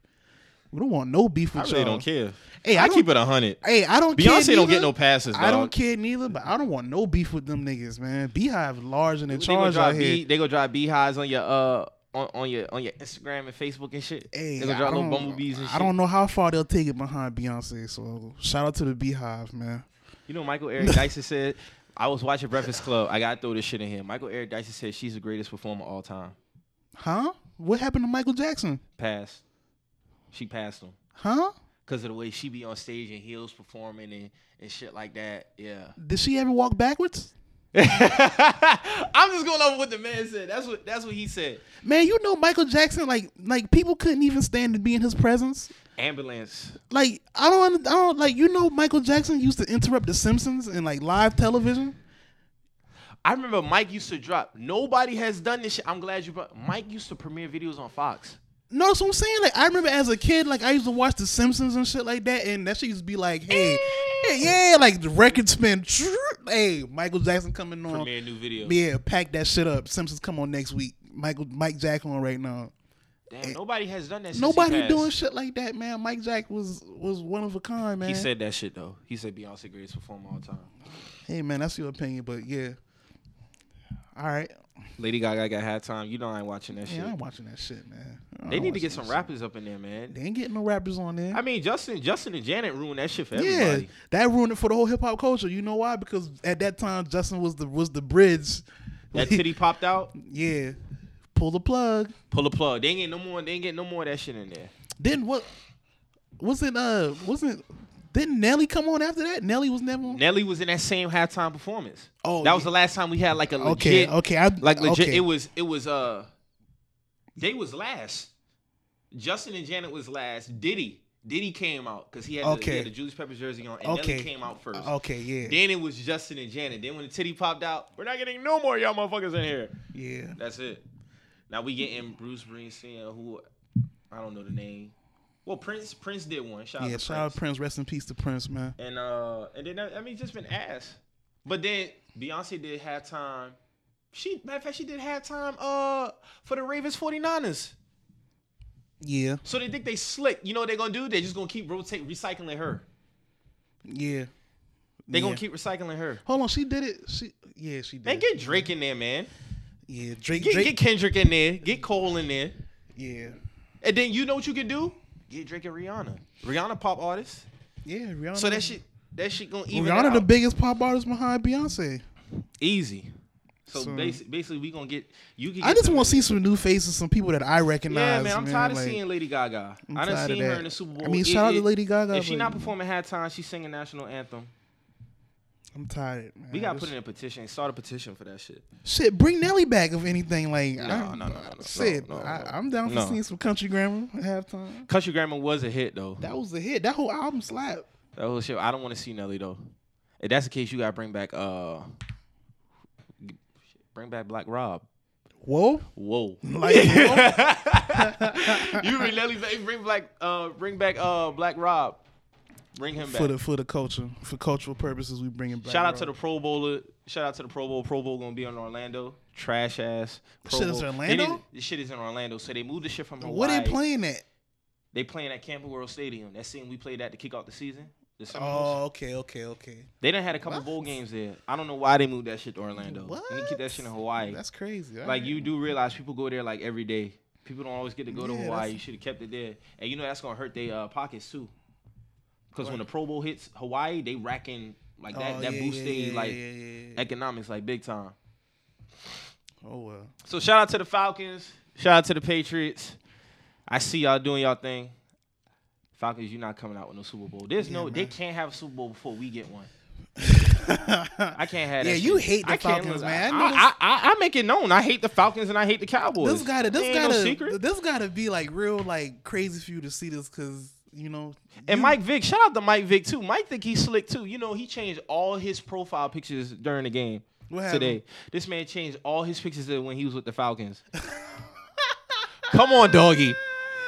Speaker 2: We don't want no beef
Speaker 1: I
Speaker 2: with
Speaker 1: really
Speaker 2: y'all.
Speaker 1: don't care.
Speaker 2: Hey, I
Speaker 1: I,
Speaker 2: don't-
Speaker 1: keep it a hundred.
Speaker 2: Hey, I don't. care
Speaker 1: Beyonce don't
Speaker 2: neither.
Speaker 1: get no passes,
Speaker 2: I don't
Speaker 1: dog.
Speaker 2: care neither, but I don't want no beef with them niggas, man. Beehive large and in
Speaker 1: They gonna
Speaker 2: charge out
Speaker 1: drive
Speaker 2: here.
Speaker 1: bee, they gonna drive beehives on your uh on, on your on your Instagram and Facebook and shit.
Speaker 2: Hey,
Speaker 1: they gonna
Speaker 2: I
Speaker 1: drive little
Speaker 2: don't,
Speaker 1: bumblebees and
Speaker 2: I
Speaker 1: shit.
Speaker 2: don't know how far they'll take it behind Beyonce. So shout out to the Beehive, man.
Speaker 1: You know, Michael Eric Dyson said, "I was watching Breakfast Club. I gotta throw this shit in here." Michael Eric Dyson said she's the greatest performer of all time.
Speaker 2: Huh? What happened to Michael Jackson?
Speaker 1: Passed. She passed him
Speaker 2: Huh?
Speaker 1: because of the way she be on stage in heels performing and and shit like that. Yeah.
Speaker 2: Did she ever walk backwards?
Speaker 1: I'm just going over what the man said. That's what that's what he said.
Speaker 2: Man, you know Michael Jackson, like like people couldn't even stand to be in his presence.
Speaker 1: Ambulance.
Speaker 2: Like I don't, under- I don't like you know Michael Jackson used to interrupt The Simpsons and like live television.
Speaker 1: I remember Mike used to drop. Nobody has done this shit. I'm glad you brought. Mike used to premiere videos on Fox.
Speaker 2: No, that's what I'm saying. Like I remember as a kid, like I used to watch The Simpsons and shit like that, and that shit used to be like, hey, hey, yeah, like the record spin, hey, Michael Jackson coming on,
Speaker 1: Premiere new videos.
Speaker 2: Yeah, pack that shit up. Simpsons come on next week. Michael Mike Jack on right now.
Speaker 1: Damn, nobody has done that. Since he
Speaker 2: Nobody
Speaker 1: passed.
Speaker 2: doing shit like that, man. Mike Jack was was one of a kind, man.
Speaker 1: He said that shit though. He said Beyonce greatest performer of all time.
Speaker 2: "Hey, man, that's your opinion, but yeah." All right,
Speaker 1: Lady Gaga got halftime. You know I ain't watching that
Speaker 2: yeah,
Speaker 1: shit.
Speaker 2: I ain't watching that shit, man. I don't
Speaker 1: They need to
Speaker 2: watch
Speaker 1: get
Speaker 2: that
Speaker 1: some
Speaker 2: shit.
Speaker 1: rappers up in there, man.
Speaker 2: They ain't getting no rappers on there.
Speaker 1: I mean, Justin, Justin and Janet ruined that shit for
Speaker 2: yeah,
Speaker 1: everybody.
Speaker 2: that ruined it for the whole hip hop culture. You know why? Because at that time, Justin was the was the bridge.
Speaker 1: That titty popped out.
Speaker 2: yeah, pull the plug.
Speaker 1: Pull a plug. They ain't get no more. They ain't get no more of that shit in there.
Speaker 2: Then what? Wasn't uh wasn't didn't Nelly come on after that? Nelly was never on.
Speaker 1: Nelly was in that same halftime performance.
Speaker 2: Oh,
Speaker 1: that was
Speaker 2: yeah.
Speaker 1: the last time we had like a legit.
Speaker 2: Okay, okay, I,
Speaker 1: Like legit,
Speaker 2: okay.
Speaker 1: it was it was uh, they was last. Justin and Janet was last. Diddy Diddy came out because he, had the- he
Speaker 2: Okay.
Speaker 1: had the Julius Peppers jersey on, and
Speaker 2: Okay. Oh,
Speaker 1: Nelly came out first.
Speaker 2: Okay, yeah,
Speaker 1: Then it was Justin and Janet. Then when the titty popped out, we're not getting no more y'all motherfuckers in here.
Speaker 2: yeah.
Speaker 1: That's it. Now we getting Bruce Springsteen, who I don't know the name. Well, Prince Prince did one. Shout out
Speaker 2: Yeah,
Speaker 1: to
Speaker 2: shout out
Speaker 1: Prince.
Speaker 2: Prince. Rest in peace to Prince, man.
Speaker 1: And uh, and then I I mean, just been ass. But then Beyonce did halftime. She matter of fact, she did halftime uh for the Ravens 49ers.
Speaker 2: Yeah,
Speaker 1: So they think they slick. You know what they're gonna do? They're just gonna keep rotate recycling her.
Speaker 2: yeah.
Speaker 1: They're
Speaker 2: Yeah.
Speaker 1: gonna keep recycling her.
Speaker 2: Hold on, she did it. She yeah, she did.
Speaker 1: They
Speaker 2: it.
Speaker 1: get Drake in there, man.
Speaker 2: Yeah, Drake.
Speaker 1: Get,
Speaker 2: Drake.
Speaker 1: get Kendrick in there. Get Cole in there.
Speaker 2: yeah,
Speaker 1: And then you know what you can do? Get Drake and Rihanna. Rihanna pop artist.
Speaker 2: yeah. Rihanna.
Speaker 1: So that shit that shit gonna even it
Speaker 2: Rihanna, the
Speaker 1: out.
Speaker 2: biggest pop artist behind Beyonce.
Speaker 1: easy. So,
Speaker 2: So-
Speaker 1: basic, basically we gonna get you can
Speaker 2: I
Speaker 1: get
Speaker 2: just
Speaker 1: some-
Speaker 2: want to see some new faces, some people that I
Speaker 1: Yeah,
Speaker 2: recognize.
Speaker 1: man, I'm tired
Speaker 2: like,
Speaker 1: of seeing Lady Gaga.
Speaker 2: I'm
Speaker 1: I done
Speaker 2: tired of
Speaker 1: seen her
Speaker 2: that.
Speaker 1: in the Super Bowl.
Speaker 2: I mean,
Speaker 1: It-
Speaker 2: shout out to
Speaker 1: it-
Speaker 2: Lady Gaga.
Speaker 1: If she
Speaker 2: but
Speaker 1: not performing halftime, she's singing national anthem.
Speaker 2: I'm tired. Man.
Speaker 1: We gotta
Speaker 2: This-
Speaker 1: put in a petition. Start a petition for that shit.
Speaker 2: Shit, bring Nelly back if anything. Like, I,
Speaker 1: no, no, no, no,
Speaker 2: shit,
Speaker 1: no, no,
Speaker 2: I,
Speaker 1: no.
Speaker 2: I'm down for
Speaker 1: No.
Speaker 2: seeing some country grammar at halftime.
Speaker 1: Country Grammar was a hit though.
Speaker 2: That was the hit. That whole album slapped.
Speaker 1: That whole shit. I don't want to see Nelly though. If that's the case, you gotta bring back uh, bring back Black Rob.
Speaker 2: Whoa,
Speaker 1: Whoa.
Speaker 2: like, whoa?
Speaker 1: you bring Nelly back. Bring black. Uh, bring back. Uh, Black Rob. Bring him back.
Speaker 2: for the for the culture, for cultural purposes, we bring it back.
Speaker 1: Shout out to the Pro Bowler. Shout out to the Pro Bowl. Pro Bowl gonna be in Orlando. Trash ass. Pro
Speaker 2: Shit is
Speaker 1: Bowl.
Speaker 2: in
Speaker 1: They
Speaker 2: Orlando?
Speaker 1: didn't- This shit is in Orlando. So they moved the shit from Hawaii.
Speaker 2: what they playing at?
Speaker 1: They playing at Campbell World Stadium. That scene we played at to kick off the season. The Seminoles.
Speaker 2: Oh, okay, okay, okay.
Speaker 1: They done had a couple
Speaker 2: What?
Speaker 1: bowl games there. I don't know why they moved that shit to Orlando.
Speaker 2: What?
Speaker 1: They need to keep that shit in Hawaii.
Speaker 2: That's crazy. All
Speaker 1: like
Speaker 2: right.
Speaker 1: you do realize people go there like every day. People don't always get to go to
Speaker 2: Yeah,
Speaker 1: Hawaii.
Speaker 2: that's-
Speaker 1: You should have kept it there. And you know that's gonna hurt their uh, pockets too. Because when the Pro Bowl hits Hawaii, they racking like that.
Speaker 2: Oh,
Speaker 1: that
Speaker 2: yeah,
Speaker 1: boosts
Speaker 2: yeah,
Speaker 1: they
Speaker 2: yeah,
Speaker 1: like
Speaker 2: yeah, yeah, yeah.
Speaker 1: economics like big time.
Speaker 2: Oh well.
Speaker 1: So shout out to the Falcons. Shout out to the Patriots. I see y'all doing y'all thing. Falcons, you're not coming out with no Super Bowl. There's no, they
Speaker 2: man.
Speaker 1: can't have a Super Bowl before we get one. I can't have that.
Speaker 2: Yeah, you
Speaker 1: shit.
Speaker 2: hate the
Speaker 1: I can't
Speaker 2: Falcons,
Speaker 1: look-
Speaker 2: man. I
Speaker 1: I,
Speaker 2: know
Speaker 1: I, I, I make it known. I hate the Falcons and I hate the Cowboys.
Speaker 2: This gotta,
Speaker 1: It
Speaker 2: this
Speaker 1: ain't
Speaker 2: gotta,
Speaker 1: no secret.
Speaker 2: this gotta be like real, like crazy for you to see this, cause you know.
Speaker 1: And
Speaker 2: you-
Speaker 1: Mike Vick, shout out to Mike Vick too. Mike think he's slick too. You know, he changed all his profile pictures during the game
Speaker 2: What happened?
Speaker 1: today. This man changed all his pictures of when he was with the Falcons. Come on, doggy.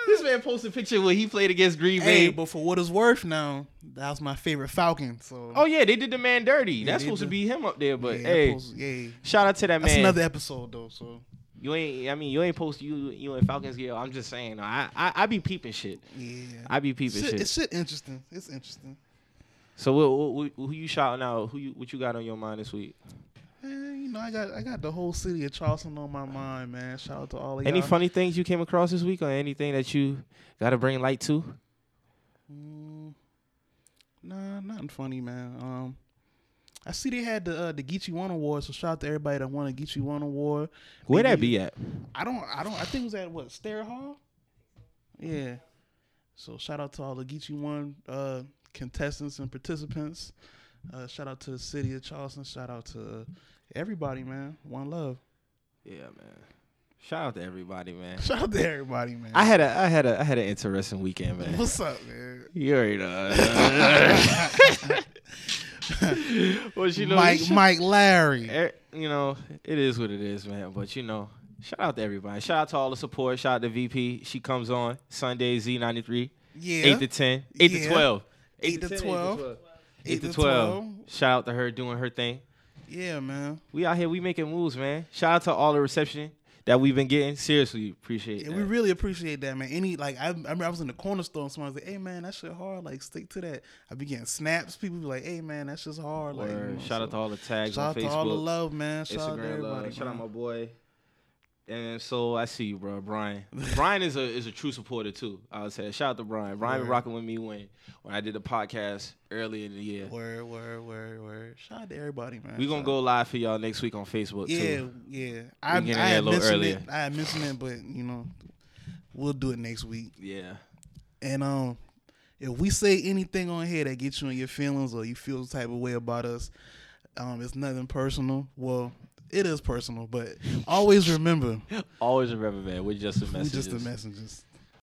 Speaker 1: This man posted a picture where he played against Green Bay.
Speaker 2: Hey, but for what it's worth, now that was my favorite Falcon. So
Speaker 1: oh yeah, they did the man dirty. That's
Speaker 2: they
Speaker 1: supposed to
Speaker 2: did.
Speaker 1: be him up there, but
Speaker 2: yeah, that
Speaker 1: hey,
Speaker 2: post- yeah,
Speaker 1: shout out to that
Speaker 2: that's
Speaker 1: man.
Speaker 2: another episode though. So
Speaker 1: you ain't. I mean, you ain't post you you and Falcons gear. I'm just saying. I I, I be peeping shit.
Speaker 2: yeah,
Speaker 1: I be peeping
Speaker 2: shit,
Speaker 1: shit.
Speaker 2: it's shit interesting. It's interesting.
Speaker 1: So what, what, who you shouting out? Who you what you got on your mind this week?
Speaker 2: Eh, you know, I got I got the whole city of Charleston on my mind, man. Shout out to all of
Speaker 1: Any
Speaker 2: y'all.
Speaker 1: funny things you came across this week, or anything that you got to bring light to?
Speaker 2: Mm, nah, nothing funny, man. Um, I see they had the uh, the Geechee One Award, so shout out to everybody that won a Geechee One Award.
Speaker 1: Where that
Speaker 2: Maybe-
Speaker 1: be at?
Speaker 2: I don't. I don't. I think it was at what Stair Hall. Yeah. So shout out to all the Geechee One uh, contestants and participants. Uh, shout out to the city of Charleston. Shout out to everybody, man. One love.
Speaker 1: Yeah, man. Shout out to everybody, man.
Speaker 2: Shout out to everybody, man.
Speaker 1: I had a, I had a, I had an interesting weekend, man.
Speaker 2: What's up, man?
Speaker 1: You already know. well, you know,
Speaker 2: Mike,
Speaker 1: you should-
Speaker 2: Mike, Larry.
Speaker 1: er, you know, it is what it is, man. But you know, shout out to everybody. Shout out to all the support. Shout out to VP. She comes on Sunday Z ninety three,
Speaker 2: Yeah.
Speaker 1: eight to ten, eight to
Speaker 2: Yeah.
Speaker 1: twelve.
Speaker 2: Eight to
Speaker 1: 10,
Speaker 2: 12.
Speaker 1: Eight to 12. Shout out to her doing her thing.
Speaker 2: Yeah, man.
Speaker 1: We out here, we making moves, man. Shout out to all the reception that we've been getting. Seriously, appreciate it.
Speaker 2: Yeah, we really appreciate that, man. Any like, I, I remember I was in the corner store and someone was like, "Hey, man, that shit hard. Like, stick to that." I be getting snaps. People be like, "Hey, man, that shit's hard." Like, you know,
Speaker 1: Shout out to
Speaker 2: so-
Speaker 1: all the tags
Speaker 2: shout
Speaker 1: on
Speaker 2: out to all the
Speaker 1: Facebook,
Speaker 2: love, man. Shout out to
Speaker 1: Instagram,
Speaker 2: everybody.
Speaker 1: love. Shout out
Speaker 2: man.
Speaker 1: my boy. And so I see you, bro, Brian. Brian is a is a true supporter too. I would say shout out to Brian. Brian been
Speaker 2: Word.
Speaker 1: rocking with me when when I did the podcast earlier in the year.
Speaker 2: Word, word, word, word. Shout out to everybody, man.
Speaker 1: We gonna
Speaker 2: Shout out.
Speaker 1: go live for y'all next week on Facebook
Speaker 2: Yeah,
Speaker 1: too.
Speaker 2: yeah. I, I
Speaker 1: getting there a
Speaker 2: had
Speaker 1: little
Speaker 2: mentioned
Speaker 1: earlier.
Speaker 2: it. I had mentioned it, but you know, we'll do it next week.
Speaker 1: Yeah.
Speaker 2: And um, if we say anything on here that gets you in your feelings or you feel the type of way about us, um, it's nothing personal. Well, it is personal, but always remember,
Speaker 1: Always remember, man. We're just the
Speaker 2: we
Speaker 1: messages.
Speaker 2: just the messengers.